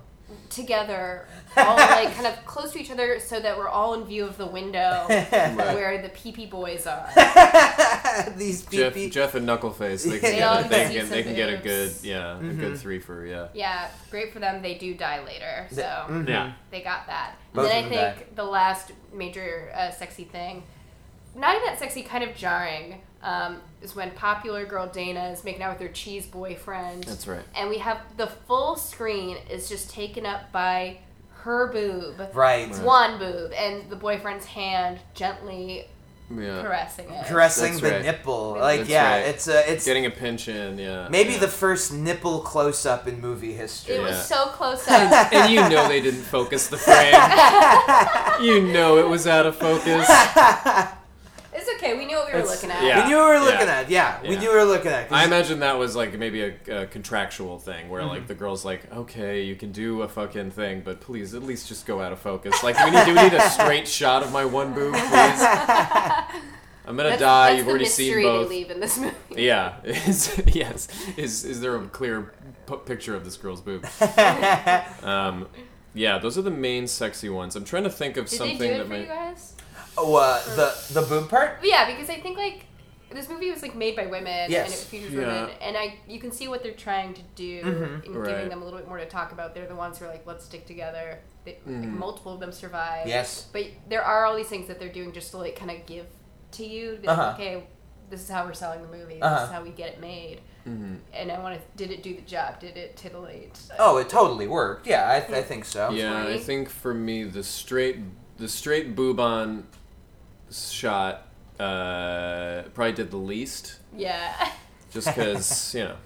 E: together. all like kind of close to each other, so that we're all in view of the window
D: Right.
E: where the pee pee boys are.
C: These
D: Jeff,
C: PP.
D: Jeff and Knuckleface, they
C: They
D: can,
C: all
D: get, a- they
E: can see
D: can, they can
E: some
D: get a
E: boobs.
D: good, yeah, a
C: Mm-hmm.
D: good three for, yeah.
E: Yeah, great for them. They do die later, so
C: mm-hmm.
D: Yeah.
E: they got that.
C: mm. Both
E: then
C: of
E: I
C: them
E: think the last major uh, sexy thing, not even that sexy, kind of jarring, um, is when popular girl Dana is making out with her cheese boyfriend.
D: That's right.
E: And we have the full screen is just taken up by her boob,
C: Right.
E: It's one boob, and the boyfriend's hand gently
D: Yeah.
E: caressing it.
C: Caressing
D: That's
C: the
D: right.
C: nipple. Like,
D: That's
C: yeah,
D: right.
C: it's a, it's
D: Getting a pinch in, yeah.
C: maybe
D: yeah.
C: the first nipple close up in movie history.
E: It
D: Yeah.
E: was so close up.
D: and you know they didn't focus the frame. you know it was out of focus.
E: it's okay. We knew what we were
D: It's-
E: looking at.
D: yeah.
C: We knew what we were
D: Yeah.
C: looking at. Yeah, we
D: Yeah.
C: knew what we were looking at. 'cause-
D: I imagine that was like maybe a, a contractual thing where like the girl's like, okay, you can do a fucking thing, but please at least just go out of focus. Like we need, do we need a straight shot of my one boob, please? I'm gonna
E: That's,
D: die.
E: that's
D: You've
E: the
D: already
E: mystery
D: seen both.
E: they leave in this movie.
D: Yeah. Is, yes. Is is there a clear p- picture of this girl's boob? um, yeah, those are the main sexy ones. I'm trying to think of
E: Did
D: something
E: they do it
D: that
E: for
D: might.
E: you guys?
C: oh, uh, the, the boob part?
E: But yeah, because I think like this movie was like made by women and it
C: Yes.
E: features
D: Yeah.
E: women, and I you can see what they're trying to do
C: Mm-hmm.
E: in
D: Right.
E: giving them a little bit more to talk about. They're the ones who are like, let's stick together. They, like,
D: Mm-hmm.
E: multiple of them survive.
C: Yes.
E: but there are all these things that they're doing just to like kind of give to you. Be like,
C: Uh-huh.
E: Okay, this is how we're selling the movie. This
C: Uh-huh. Mm-hmm.
E: is how we get it made. And I want to. Did it do the job? Did it titillate?
C: Oh, it totally worked. Yeah, I, I think so.
D: Yeah, I
E: Right?
D: think for me the straight the straight boob on shot uh, probably did the least,
E: Yeah.
D: just because you know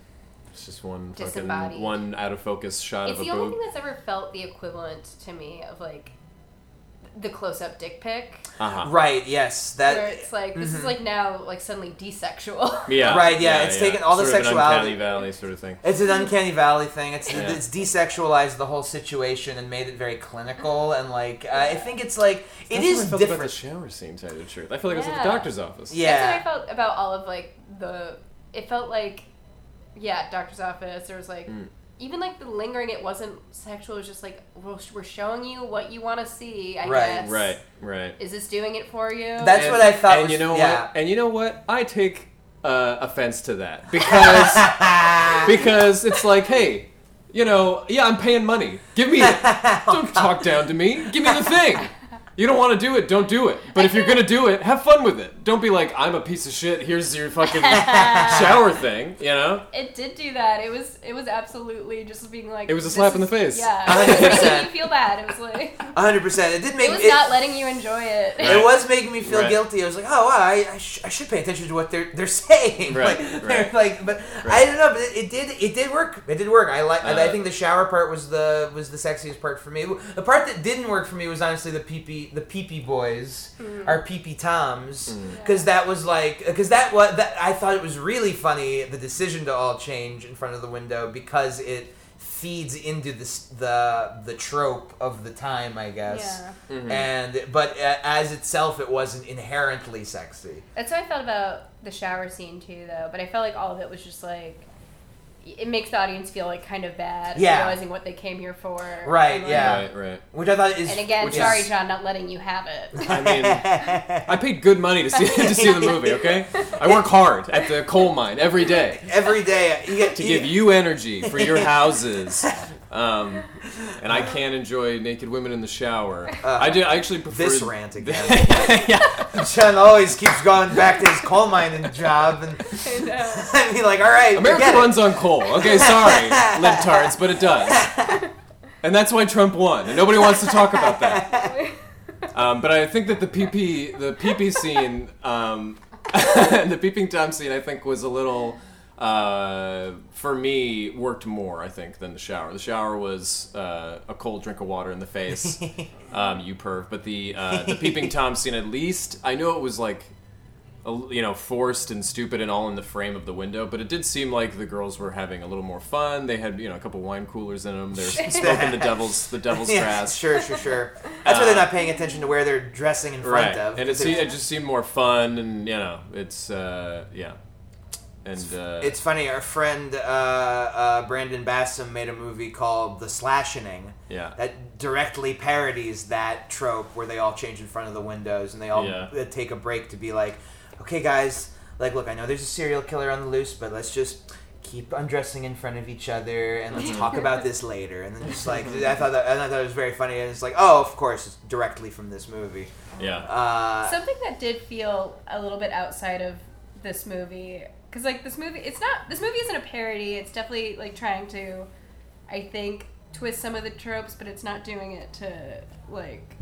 D: it's just one fucking
E: Disembodied.
D: one out of focus shot
E: It's
D: of
E: the
D: a
E: only
D: boob.
E: thing that's ever felt the equivalent to me of like the close-up dick pic.
D: Uh-huh.
C: Right, yes.
E: where
C: That
E: it's like this
C: Mm-hmm.
E: is like now like suddenly desexual.
D: Yeah,
C: Right, yeah, it's taken all the
D: Sort of an uncanny
C: sexuality-
D: valley sort of thing.
C: It's an uncanny valley thing. It's
D: Yeah.
C: it's desexualized the whole situation and made it very clinical and like I think it's like it
D: That's how I
C: is
D: felt About the
C: different.
D: shower scene, to tell you the truth, I feel like I was at the
E: Yeah.
D: doctor's office.
C: Yeah,
E: That's what I felt about all of like the it felt like yeah, doctor's office. There was like
C: Hmm.
E: even like the lingering it wasn't sexual, it was just like we're, we're showing you what you want to see, I
C: Right.
E: guess.
D: Right, right.
E: Is this doing it for you?
C: That's
D: And-
C: what I thought
D: And
C: was-
D: you know
C: yeah.
D: what? And you know what? I take uh, offense to that because because it's like, hey, you know, yeah, I'm paying money. Give me it. Don't talk down to me. Give me the thing. You don't want to do it, don't do it. But if you're gonna do it, have fun with it. Don't be like, I'm a piece of shit. Here's your fucking shower thing. You know,
E: it did do that. It was it was absolutely just being like
D: It was a
E: this
D: slap in
E: is-
D: the face.
E: Yeah. It
C: 100%.
E: made you feel bad. It was like
C: hundred percent. It did make
E: it was
C: it,
E: not letting you enjoy it.
D: Right.
C: it was making me feel
D: Right.
C: guilty. I was like, oh, wow, I I, sh- I should pay attention to what they're they're saying. like,
D: Right, right.
C: they're like, but I
D: Right.
C: don't know. But it, it did it did work. It did work. I like. and I
D: Uh,
C: think the shower part was the was the sexiest part for me. The part that didn't work for me was honestly the peepee the peepee boys, our peepee
D: Mm.
C: toms, because that was like because that was that I thought it was really funny the decision to all change in front of the window because it feeds into this the the trope of the time, I guess.
E: Yeah.
D: Mm-hmm.
C: And but uh, as itself, it wasn't inherently sexy.
E: That's how I felt about the shower scene too, though. But I felt like all of it was just like it makes the audience feel like kind of bad,
C: Yeah.
E: realizing what they came here for.
C: Right,
E: And, like,
C: yeah.
D: Right, right.
C: Which I thought is
E: And again,
C: which
E: sorry,
C: is-
E: John, not letting you have it.
D: I mean, I paid good money to see to see the movie. Okay, I work hard at the coal mine every day
C: Every day you get
D: to give you energy for your houses, um, and I can't enjoy naked women in the shower. I do. I actually prefer
C: Uh, this rant again. John always keeps going back to his coal mining job, and
E: I know.
C: I mean, like, all right,
D: America
C: forget it.
D: runs on coal. Okay, sorry, libtards, but it does. And that's why Trump won, and nobody wants to talk about that. Um, but I think that the PP, the PP scene, um, the peeping tom scene, I think was a little, uh, for me, worked more. I think than the shower. The shower was uh, a cold drink of water in the face, um, you perv. But the uh, the peeping tom scene, at least, I know it was like a- you know, forced and stupid and all in the frame of the window. But it did seem like the girls were having a little more fun. They had, you know, a couple wine coolers in them. They're smoking the devil's the devil's
C: Yeah,
D: grass,
C: Sure, sure, sure. That's why they're not paying attention to where they're dressing in front
D: right?
C: of.
D: And
C: because
D: it, se- it just seemed more fun, and you know, it's uh, yeah, and uh,
C: It's funny. Our friend uh, uh, Brandon Bassam made a movie called The Slashing.
D: Yeah.
C: That directly parodies that trope where they all change in front of the windows and they all
D: Yeah.
C: uh, take a break to be like, okay, guys, like, look, I know there's a serial killer on the loose, but let's just keep undressing in front of each other and let's talk about this later. And then just like, I thought that, I thought it was very funny. And it's like, oh, of course, it's directly from this movie.
D: yeah,
C: Uh,
E: Something that did feel a little bit outside of this movie, because like this movie, it's not this movie isn't a parody. It's definitely like trying to, I think, twist some of the tropes, but it's not doing it to like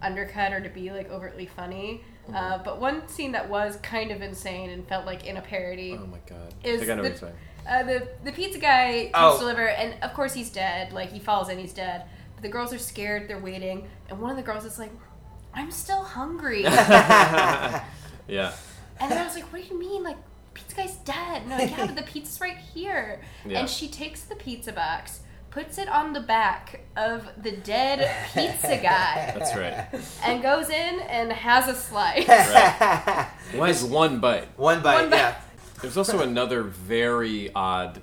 E: undercut or to be like overtly funny.
C: Mm-hmm.
E: Uh, but one scene that was kind of insane and felt like in a parody
C: Um,
D: oh my god, I
E: is
D: think I know what
E: the-
D: you're saying.
E: uh, the the pizza guy comes
C: Oh.
E: to deliver, and of course he's dead. Like he falls in, he's dead. But the girls are scared. They're waiting, and one of the girls is like, "I'm still hungry," and
C: Uh,
D: Yeah,
E: then I was like, "What do you mean? Like pizza guy's dead?" No, like, yeah, but the pizza's right here.
D: Yeah.
E: And she takes the pizza box, puts it on the back of the dead pizza guy,
D: that's right.
E: and goes in and has a slice.
D: Why is one bite?
C: one bite,
E: One bite.
C: yeah.
D: There's also another very odd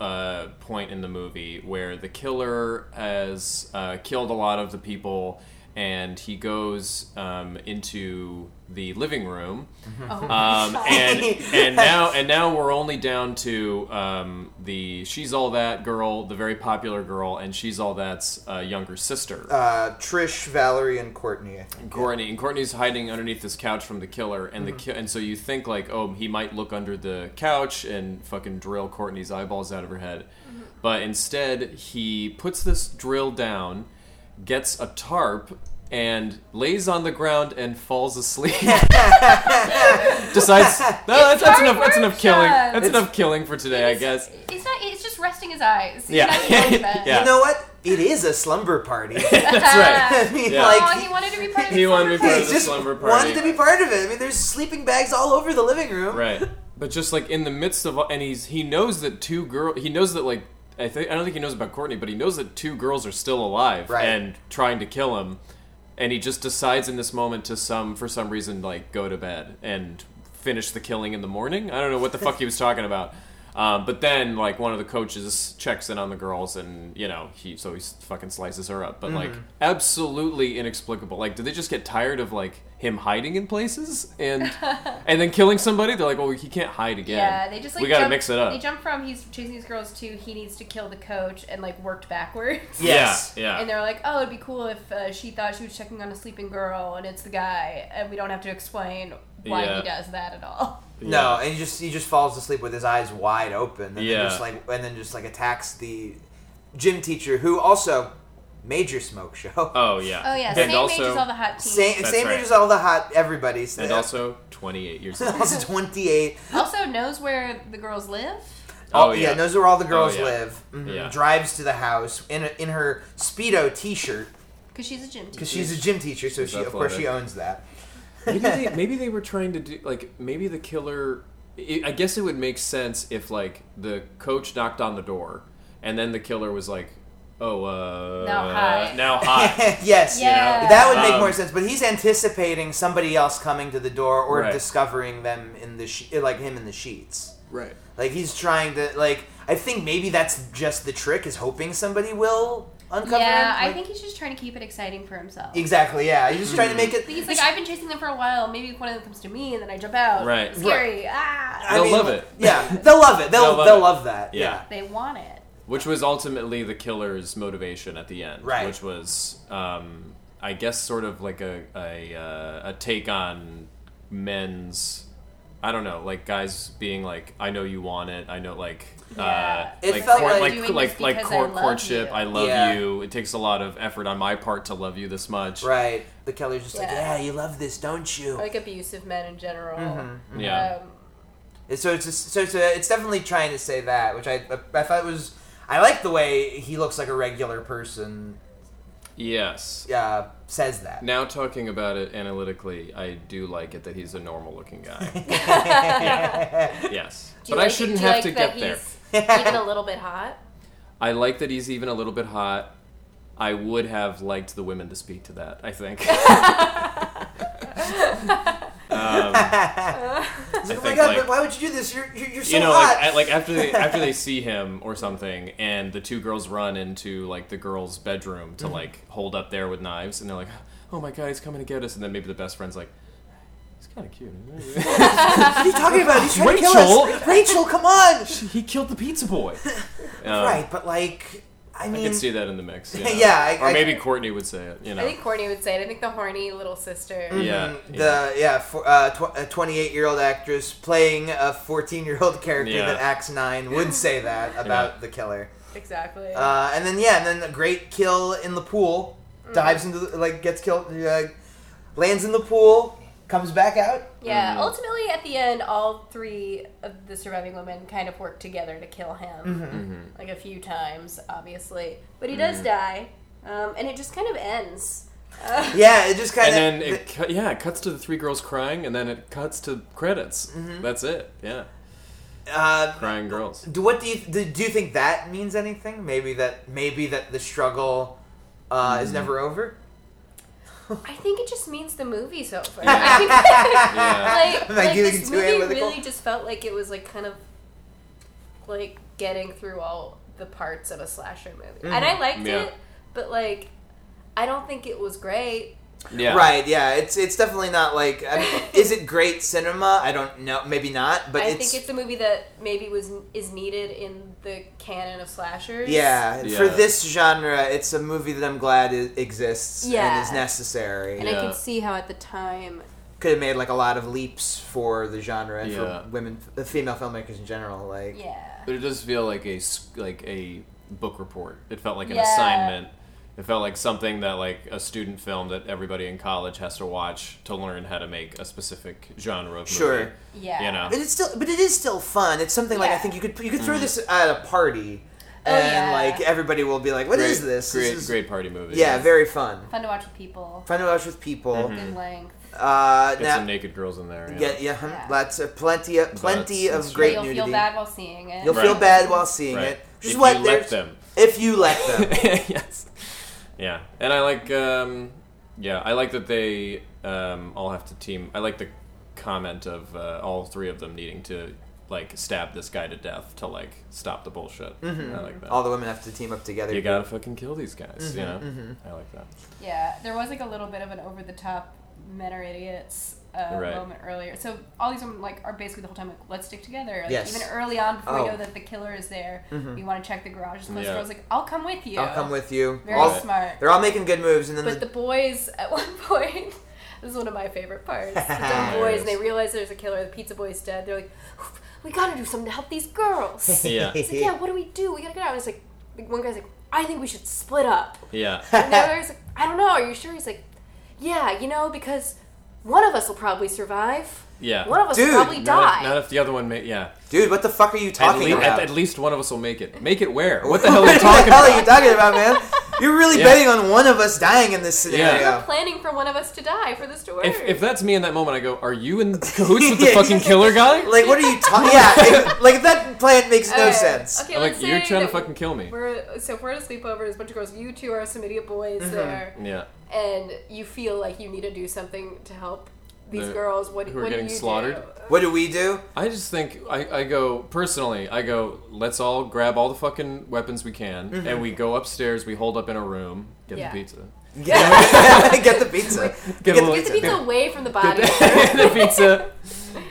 D: uh, point in the movie where the killer has uh, killed a lot of the people, and he goes um, into the living room,
E: Oh my
D: um,
E: God.
D: and and now and now we're only down to um, the she's all that girl, the very popular girl, and she's all that's uh, younger sister.
C: Uh, Trish, Valerie, and Courtney. I think.
D: Courtney and Courtney's hiding underneath this couch from the killer, and the ki- and so you think like, oh, he might look under the couch and fucking drill Courtney's eyeballs out of her head, but instead he puts this drill down, gets a tarp, and lays on the ground and falls asleep. Decides no, that's, that's
E: hard
D: enough. That's enough killing.
E: work,
D: That's enough killing for today, I guess.
E: It's not. It's just resting his eyes. He's
D: Yeah.
E: not even in bed.
D: Yeah.
C: You know what? It is a slumber party.
D: That's right.
C: I mean,
D: Yeah.
E: Aw,
C: like,
E: Oh, he wanted to be part of
D: He
E: the
D: wanted to be
C: he
D: part
E: summer
D: of the
C: just
D: slumber
C: wanted
D: party.
C: to be part of it. I mean, there's sleeping bags all over the living room.
D: Right. But just like in the midst of, and he's he knows that two girl, he knows that like I think I don't think he knows about Courtney, but he knows that two girls are still alive
C: Right.
D: and trying to kill him, and he just decides in this moment to some for some reason like go to bed and finish the killing in the morning. I don't know what the fuck he was talking about. Um, but then, like one of the coaches checks in on the girls, and you know he so he s- fucking slices her up. But like absolutely inexplicable. Like, did they just get tired of like him hiding in places and and then killing somebody? They're like, well, he can't hide again.
E: Yeah, they just like
D: we gotta
E: jump-
D: mix it up.
E: They jump from he's chasing these girls to he needs to kill the coach and like worked backwards.
C: Yes.
D: Yeah, yeah.
E: And they're like, oh, it'd be cool if uh, she thought she was checking on a sleeping girl and it's the guy, and we don't have to explain why
D: Yeah.
E: he does that at all.
C: No, and he just he just falls asleep with his eyes wide open. And
D: Yeah.
C: Then just like and then just like attacks the gym teacher who also major smoke show.
D: Oh yeah.
E: Oh yeah,
D: And
E: same
D: also,
E: age as all the hot teens.
C: same
D: That's
C: same
D: right.
C: age as all the hot everybody's.
D: and also 28 years old.
C: also 28.
E: Also knows where the girls live.
D: Oh,
C: yeah.
D: yeah.
C: knows where all the girls
D: yeah.
C: live. Mhm.
D: Yeah.
C: Drives to the house in a, in her speedo T-shirt
E: Because she's a gym teacher.
C: because she's a gym teacher, so she of course she owns that.
D: maybe they maybe they were trying to do like maybe the killer. i I guess it would make sense if like the coach knocked on the door and then the killer was like, "Oh, uh,
F: Now hi.
D: now hi.
C: yes.
F: Yeah.
C: That would make
D: Um,
C: more sense, but he's anticipating somebody else coming to the door or
D: Right.
C: discovering them in the she- like him in the sheets.
D: right.
C: Like he's trying to like I think maybe that's just the trick is hoping somebody will uncover
F: yeah,
C: him.
F: I
C: Like-
F: think he's just trying to keep it exciting for himself.
C: exactly. Yeah, he's just trying
D: Hmm.
C: to make it.
F: He's like, I've been chasing them for a while. Maybe if one of them comes to me and then I jump out.
D: Right.
F: It's Scary. Ah.
C: I
D: They'll
C: mean,
D: love it.
C: Yeah, they'll love it. They'll
D: They'll
C: they'll
D: love
C: love,
D: it.
C: that.
D: Yeah.
C: Yeah.
F: They want it.
D: Which was ultimately the killer's motivation at the end,
C: Right.
D: Which was, um, I guess, sort of like a a, uh, a take on men's. I don't know, like guys being like, "I know you want it. I know, like,
F: Yeah.
D: uh,
C: It
D: like,
C: felt like-
D: like,
F: Doing
D: like,
F: this
D: like,
F: because I
D: court,
F: love
D: courtship.
F: you.
D: I love
C: Yeah.
D: you. It takes a lot of effort on my part to love you this much.
C: Right. The killer's just like,
F: Yeah.
C: yeah, you love this, don't you?
F: Oh,
E: like abusive men in general.
F: Mm-hmm.
D: Yeah,
E: Um,
C: And So it's so it's, uh it's definitely trying to say that, which I I thought was I like the way he looks like a regular person.
D: yes.
C: Uh, says that.
D: Now talking about it analytically, I do like it that he's a normal-looking guy. yes,
E: do
D: but
E: you
D: I
E: like-
D: shouldn't
E: do you
D: have
E: like
D: to
E: that
D: get there.
E: He's even a little bit hot.
D: I like that he's even a little bit hot. I would have liked the women to speak to that. I think.
C: It's like, Um, oh my
D: think,
C: god!
D: like-
C: but why would you do this? You're you're, you're so
D: you know,
C: hot.
D: like, at- like after they after they see him or something, and the two girls run into like the girl's bedroom
C: Mm-hmm.
D: to like hold up there with knives, and they're like, "Oh my god, he's coming to get us!" And then maybe the best friend's like, "He's kind of cute."
C: what are you talking about? He's trying to kill us.
D: Rachel!
C: Rachel, come on!
D: he killed the pizza boy. Um,
C: right, but like, I
D: I
C: mean,
D: could see that in the mix. you know.
C: Yeah, I-
D: or
C: I-
D: maybe Courtney would say it. You know.
E: I think Courtney would say it. I think the horny little sister.
F: Mm.
D: yeah.
C: hmm, Mm-hmm. the
D: yeah.
C: yeah, for, uh, tw- a 28 year old actress playing a 14 year old character
D: Yeah.
C: that acts nine would say that about the killer.
E: Exactly.
C: Uh, and then yeah, and then a great kill in the pool, dives into the, like gets killed, uh, lands in the pool, comes back out.
F: Yeah. Ultimately, at the end, all three of the surviving women kind of work together to kill him, like a few times, obviously. But he does die, um, and it just kind of ends.
C: Yeah, it just kind of
D: and then it cu- yeah it cuts to the three girls crying and then it cuts to credits
C: Mm-hmm.
D: that's it yeah
C: Uh,
D: crying girls
C: do what do you do, do you think that means anything? Maybe that maybe that the struggle uh,
D: Mm.
C: is never over.
E: I think it just means the movie's over.
D: Yeah.
E: I
D: yeah
E: think, like,
C: Am I
E: like
C: getting
E: this
C: too
E: movie
C: analytical?
E: really just felt like it was like kind of like getting through all the parts of a slasher movie, and I liked
D: Yeah.
E: it, but like I don't think it was great.
D: yeah
C: Right, yeah, it's it's definitely not like I mean, is it great cinema? I don't know, maybe not, but
E: I
C: it's,
E: think it's a movie that maybe was is needed in the canon of slashers.
C: yeah,
D: Yeah.
C: for this genre, it's a movie that I'm glad it exists
E: Yeah.
C: and is necessary.
E: and
D: Yeah.
E: I can see how at the time
C: Could have made like a lot of leaps for the genre and
D: Yeah.
C: for women, uh, female filmmakers in general. Like,
F: Yeah.
D: but it does feel like a s- like a book report it felt like an
F: Yeah.
D: assignment it felt like something that like a student film that everybody in college has to watch to learn how to make a specific genre of
C: Sure.
D: movie.
F: Yeah.
D: you know
C: but it's still, but it is still fun. It's something like I
F: Yeah. Mm-hmm.
C: think you could you could throw this at a party,
F: Oh,
C: and
F: yeah.
C: like everybody will be like, "What
D: great,
C: is this?"
D: great
C: this is,
D: great party movie
C: yeah, very fun.
F: Fun to watch with people.
C: Fun to watch with people.
E: Hmm.
F: Good length.
C: Uh,
D: Mm-hmm. get
C: now,
D: some naked girls in there
C: Yeah, yeah, hun- lots of plenty of plenty
D: That's-
C: of
D: that's
C: great
F: You'll
C: nudity.
F: feel bad while seeing it.
C: You'll
D: Right.
C: feel bad while seeing
D: Right.
C: it. Just
D: if
C: what
D: you
C: there's-
D: let them
C: If you let them.
D: yes. Yeah, and I like. Um, yeah, I like that they um, all have to team. I like the comment of uh, all three of them needing to like stab this guy to death to like stop the bullshit. I like that.
C: Mm-hmm. All Mm-hmm, the women have to team up together.
D: you gotta fucking kill these guys. you know, I like that.
F: Yeah, there was like a little bit of an over the top men are idiots uh,
D: Right.
F: moment earlier. So all these women like are basically the whole time like let's stick together. Like,
C: Yes.
F: Even early on before
C: Oh. Mm-hmm.
F: we know that the killer is there, we want to check the garage. So those
D: Yeah.
F: girls like I'll come with you.
C: I'll come with you.
F: Very
C: All-
F: smart.
C: They're all making good moves, and then
E: But
C: the,
E: the boys, at one point, this is one of my favorite parts. The dumb
D: Hilarious.
E: boys, and they realize there's a killer. The pizza boy's dead. They're like, we gotta do something to help these girls. It's
D: Yeah,
E: like, yeah, what do we do? We gotta get out. And it's like, like, one guy's like, I think we should split up.
D: yeah,
E: And the other's like, I don't know. Are you sure? He's like, yeah, you know, because one of us will probably survive.
D: yeah.
E: One of us
C: Dude,
E: will probably
D: Not
E: die.
D: if, not if the other one made yeah.
C: dude, what the fuck are you
D: At,
C: talking
D: lea-
C: about?
D: at, at least one of us will make it. Make it where? What the hell are you
C: what the
D: talking
C: hell
D: about?
C: are you talking about, man? You're really
D: Yeah.
C: betting on one of us dying in this
D: Yeah.
C: scenario.
E: We're planning for one of us to die for this story.
D: If, if that's me in that moment, I go, "Are you in cahoots with the fucking killer guy?"
C: Like, what are you talking? yeah, it, like that plan makes no
E: Okay.
C: sense.
E: Okay,
D: I'm like,
E: let's
D: "You're
E: say
D: trying to
E: that
D: fucking kill me."
E: We're so if we're at a sleepover. There's a bunch of girls. You two are some idiot
C: Mm-hmm.
E: boys there,
D: Yeah,
E: and you feel like you need to do something to help these
D: The-
E: girls. What,
D: who are
E: what
D: getting
E: do you
D: slaughtered?
E: do?
C: What do we do?
D: I just think I, I go personally. I go, "Let's all grab all the fucking weapons we can,
C: Mm-hmm.
D: and we go upstairs. We hold up in a room, get
E: Yeah.
D: the pizza,
C: Get, get the pizza.
D: get, a little
E: Get the pizza away from the body.
D: the pizza.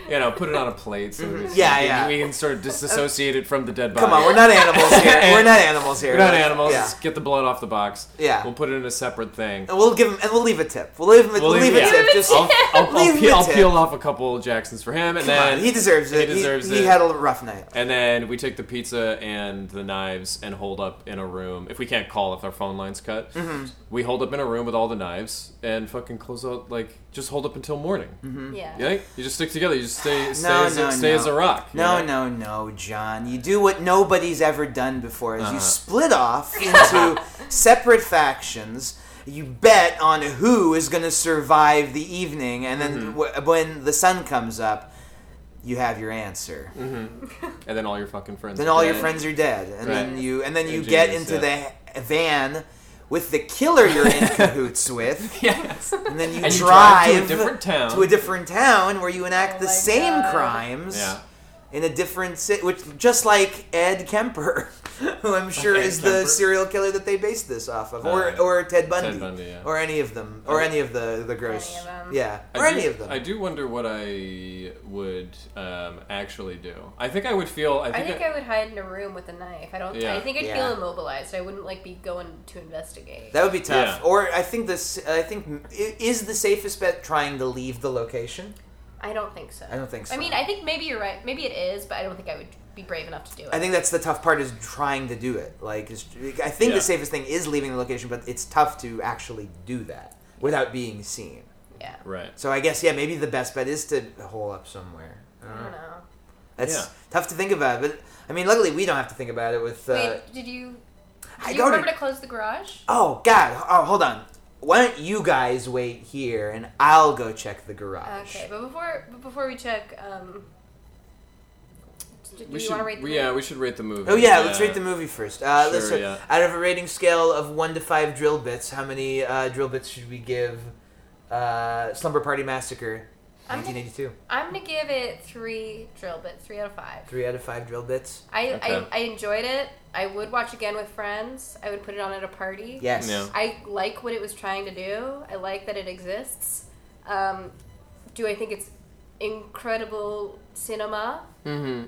D: You know, put it on a plate. So we-
C: Mm-hmm. Yeah,
D: we-
C: yeah. Uh,
D: We can sort of disassociate it from the dead body.
C: Come on, we're not animals here. We're not animals here.
D: We're not animals.
C: Yeah.
D: Let's get the blood off the box.
C: Yeah.
D: We'll put it in a separate thing.
C: And we'll give him, and we'll leave a tip. We'll leave him, we'll leave,
D: yeah.
C: a tip. Just
D: I'll, I'll, I'll
C: Leave him
D: peel,
C: a
D: I'll
C: tip.
D: peel off a couple Jacksons for him, and
C: come
D: then
C: on, he deserves it.
D: He deserves
C: He
D: it.
C: had a rough night.
D: and then we take the pizza and the knives and hold up in a room. If we can't call, if our phone line's cut,
C: Mm-hmm.
D: we hold up in a room with all the knives and fucking close out. Like just hold up until morning.
E: yeah.
D: You think? You just stick together. You just stay, stay,
C: Mm-hmm. No,
D: as,
C: no,
D: a, stay
C: no.
D: as a rock. you
C: No,
D: know?
C: no, no, John. You do what nobody's ever done before: is you split off into separate factions. You bet on who is going to survive the evening, and then wh- when the sun comes up, you have your answer.
D: And then all your fucking friends.
C: Then
D: are
C: all your
D: dead.
C: friends are dead, and then
D: Right.
C: you and then you
D: Ingenious,
C: get into
D: yeah.
C: the van with the killer you're in cahoots with,
D: Yes.
C: and then you
D: And you
C: drive,
D: drive to a different town.
C: to a different town where you enact
F: Oh
C: the
F: my
C: same
F: God.
C: crimes
D: yeah.
C: in a different city, which just like Ed Kemper, who I'm sure
D: Ed
C: is the
D: Kemper.
C: serial killer that they based this off of, or
D: Uh,
C: or Ted Bundy,
D: Bundy, yeah.
C: or any of them, or any of the the gross,
F: Any of them.
C: yeah,
D: I
C: or
D: do-
C: any of them.
D: I do wonder what I would um, actually do. I think I would feel. I
F: I
D: think.
F: think I would hide in a room with a knife. I don't.
D: Yeah.
F: I think I'd
C: Yeah.
F: feel immobilized. I wouldn't like be going to investigate.
C: That would be tough.
D: Yeah.
C: Or I think this. I think i- is the safest bet trying to leave the location.
F: I don't think so.
C: I don't think so.
F: I mean, I think maybe you're right. Maybe it is, but I don't think I would be brave enough to do it.
C: I think that's the tough part is trying to do it. Like, is, I think
D: Yeah.
C: the safest thing is leaving the location, but it's tough to actually do that without being seen.
F: yeah.
D: right.
C: So I guess yeah, maybe the best bet is to hole up somewhere. I
F: I
C: don't
F: don't
C: know.
F: know.
C: That's
D: Yeah.
C: tough to think about, but I mean, luckily we don't have to think about it. With uh,
F: Wait, did you? Did
C: I
F: you
C: go
F: remember
C: to
F: to close the garage?
C: oh god, oh hold on. Why don't you guys wait here and I'll go check the garage?
F: Okay, but before but before we check, um, do
D: We
F: you
D: should.
F: want to rate the
D: we- uh, yeah, we should rate the movie.
C: Oh yeah, let's rate the movie first. Uh, let's
D: Sure,
C: start-
D: yeah.
C: Out of a rating scale of one to five drill bits, how many uh, drill bits should we give uh, Slumber Party Massacre?
F: I'm gonna-
C: 1982.
F: I'm gonna give it three drill bits, three out of five.
C: Three out of five drill bits.
F: I,
D: Okay.
F: I I enjoyed it. I would watch again with friends. I would put it on at a party.
C: Yes.
D: Yeah.
F: I like what it was trying to do. I like that it exists. Um, do I think it's incredible cinema?
D: Mm-hmm.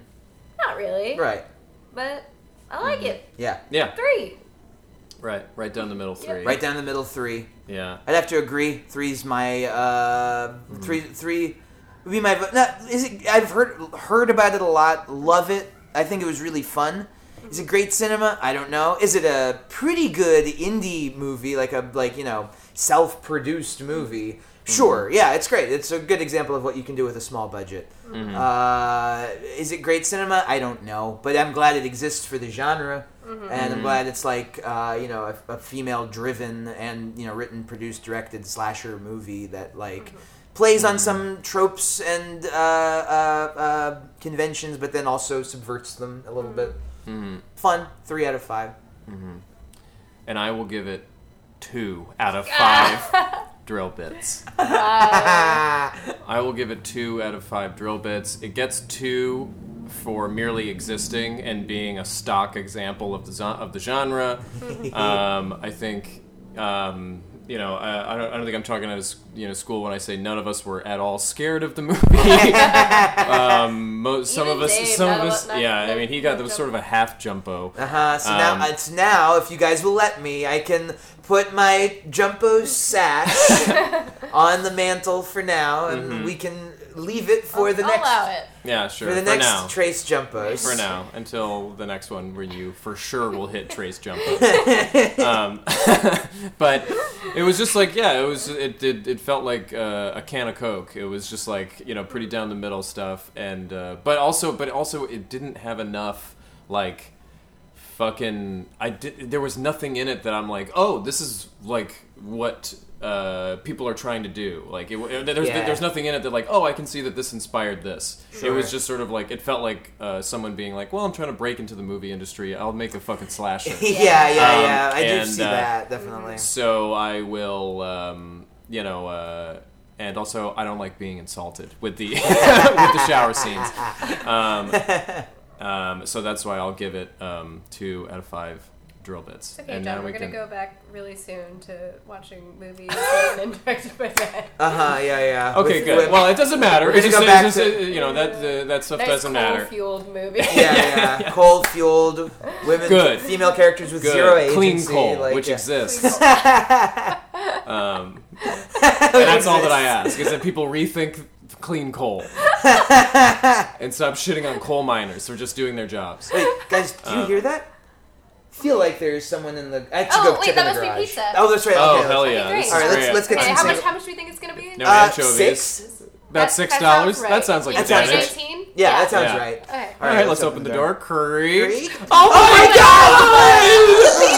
F: Not really.
C: Right. Mm-hmm.
F: But I like it.
C: Yeah.
D: Yeah.
F: Three.
D: Right. Right down the middle three.
C: Right down the middle three.
D: Yeah.
C: I'd have to agree. Three's my uh, three three would be my vote. No, is it? I've heard heard about it a lot. Love it. I think it was really fun. Is it great cinema? I don't know. Is it a pretty good indie movie, like a like you know self produced movie? Sure. Yeah, it's great. It's a good example of what you can do with a small budget. Uh, is it great cinema? I don't know, but I'm glad it exists for the genre, and I'm glad it's like uh, you know a, a female-driven and you know written, produced, directed slasher movie that like plays on some tropes and uh, uh, uh, conventions, but then also subverts them a little bit. Fun. Three out of five.
D: And I will give it two out of five drill bits. I will give it two out of five drill bits. It gets two for merely existing and being a stock example of the zo- of the genre. um, I think. Um, you know, I, I, don't, I don't think I'm talking out of you know school when I say none of us were at all scared of the movie. um, mo- some
F: Even
D: of us,
F: Dave,
D: some
F: not
D: of
F: a
D: us,
F: lot- not-
D: yeah. I
F: not-
D: mean, he got
F: not
D: there was
F: jump-
D: sort of a half jumbo.
C: Uh huh. So
D: Um,
C: now it's now. If you guys will let me, I can put my jumbo sash on the mantle for now, and we can leave it for the
F: I'll
C: next
F: allow it.
D: Yeah, sure.
C: for the
D: Mm-hmm. for
C: next
D: now.
C: trace jumpos.
D: for now until the next one where you for sure will hit trace jump um, but it was just like yeah it was it did it felt like uh, a can of coke it was just like you know pretty down the middle stuff and uh, but also but also it didn't have enough like fucking I did there was nothing in it that I'm like, "Oh, this is like what uh, people are trying to do like it, it- there's
C: Yeah.
D: there's nothing in it that like oh I can see that this inspired this it
C: Sure.
D: was just sort of like it felt like uh, someone being like well I'm trying to break into the movie industry I'll make a fucking slasher
C: yeah, yeah, yeah.
D: Um,
C: I do
D: and,
C: see
D: uh,
C: that definitely.
D: So I will, um, you know, uh, and also I don't like being insulted with the with the shower scenes. Um, um, so that's why I'll give it um, two out of five drill bits.
F: Okay, John, we're gonna
D: can-
F: go back really soon to watching movies written and directed by Matt.
C: Uh huh. Yeah, yeah.
D: Okay,
C: With-
D: good.
C: with-
D: well, it doesn't matter.
C: gonna
D: It's just,
C: go
D: it's
C: back
D: just,
C: to-
D: uh, you know that uh, that stuff doesn't matter.
F: Fueled movie.
C: yeah, yeah, Coal fueled women,
D: Good.
C: female characters with
D: Good.
C: zero agency,
D: Clean coal,
C: like,
D: which
C: yeah.
D: exists. um, and that's all that I ask is that people rethink clean coal and stop shitting on coal miners for just doing their jobs.
C: Wait, guys, do
D: Uh,
C: you hear that? Feel like there's someone in the. I have to
E: Oh,
C: go
E: wait,
C: check
E: that
C: on the
E: must be
C: garage.
E: pizza.
C: Oh, that's right.
D: Oh
C: okay,
D: hell
C: that's-
D: yeah!
E: Great.
D: This is
C: All right, let's-
D: great.
C: let's get
E: Okay,
C: some
E: how much
C: sales.
E: how much do we think it's gonna be?
D: no
C: Uh,
D: anchovies.
C: six?
D: About six dollars.
E: sounds
D: That
E: right.
D: sounds like
E: Yeah,
C: That sounds
D: damage.
C: right.
E: 19?
C: Yeah, that sounds
D: Yeah.
C: right. Oh,
E: Okay.
C: All
E: Oh,
D: All right, let's open the door.
C: Creak.
D: Creak.
C: Oh, my god!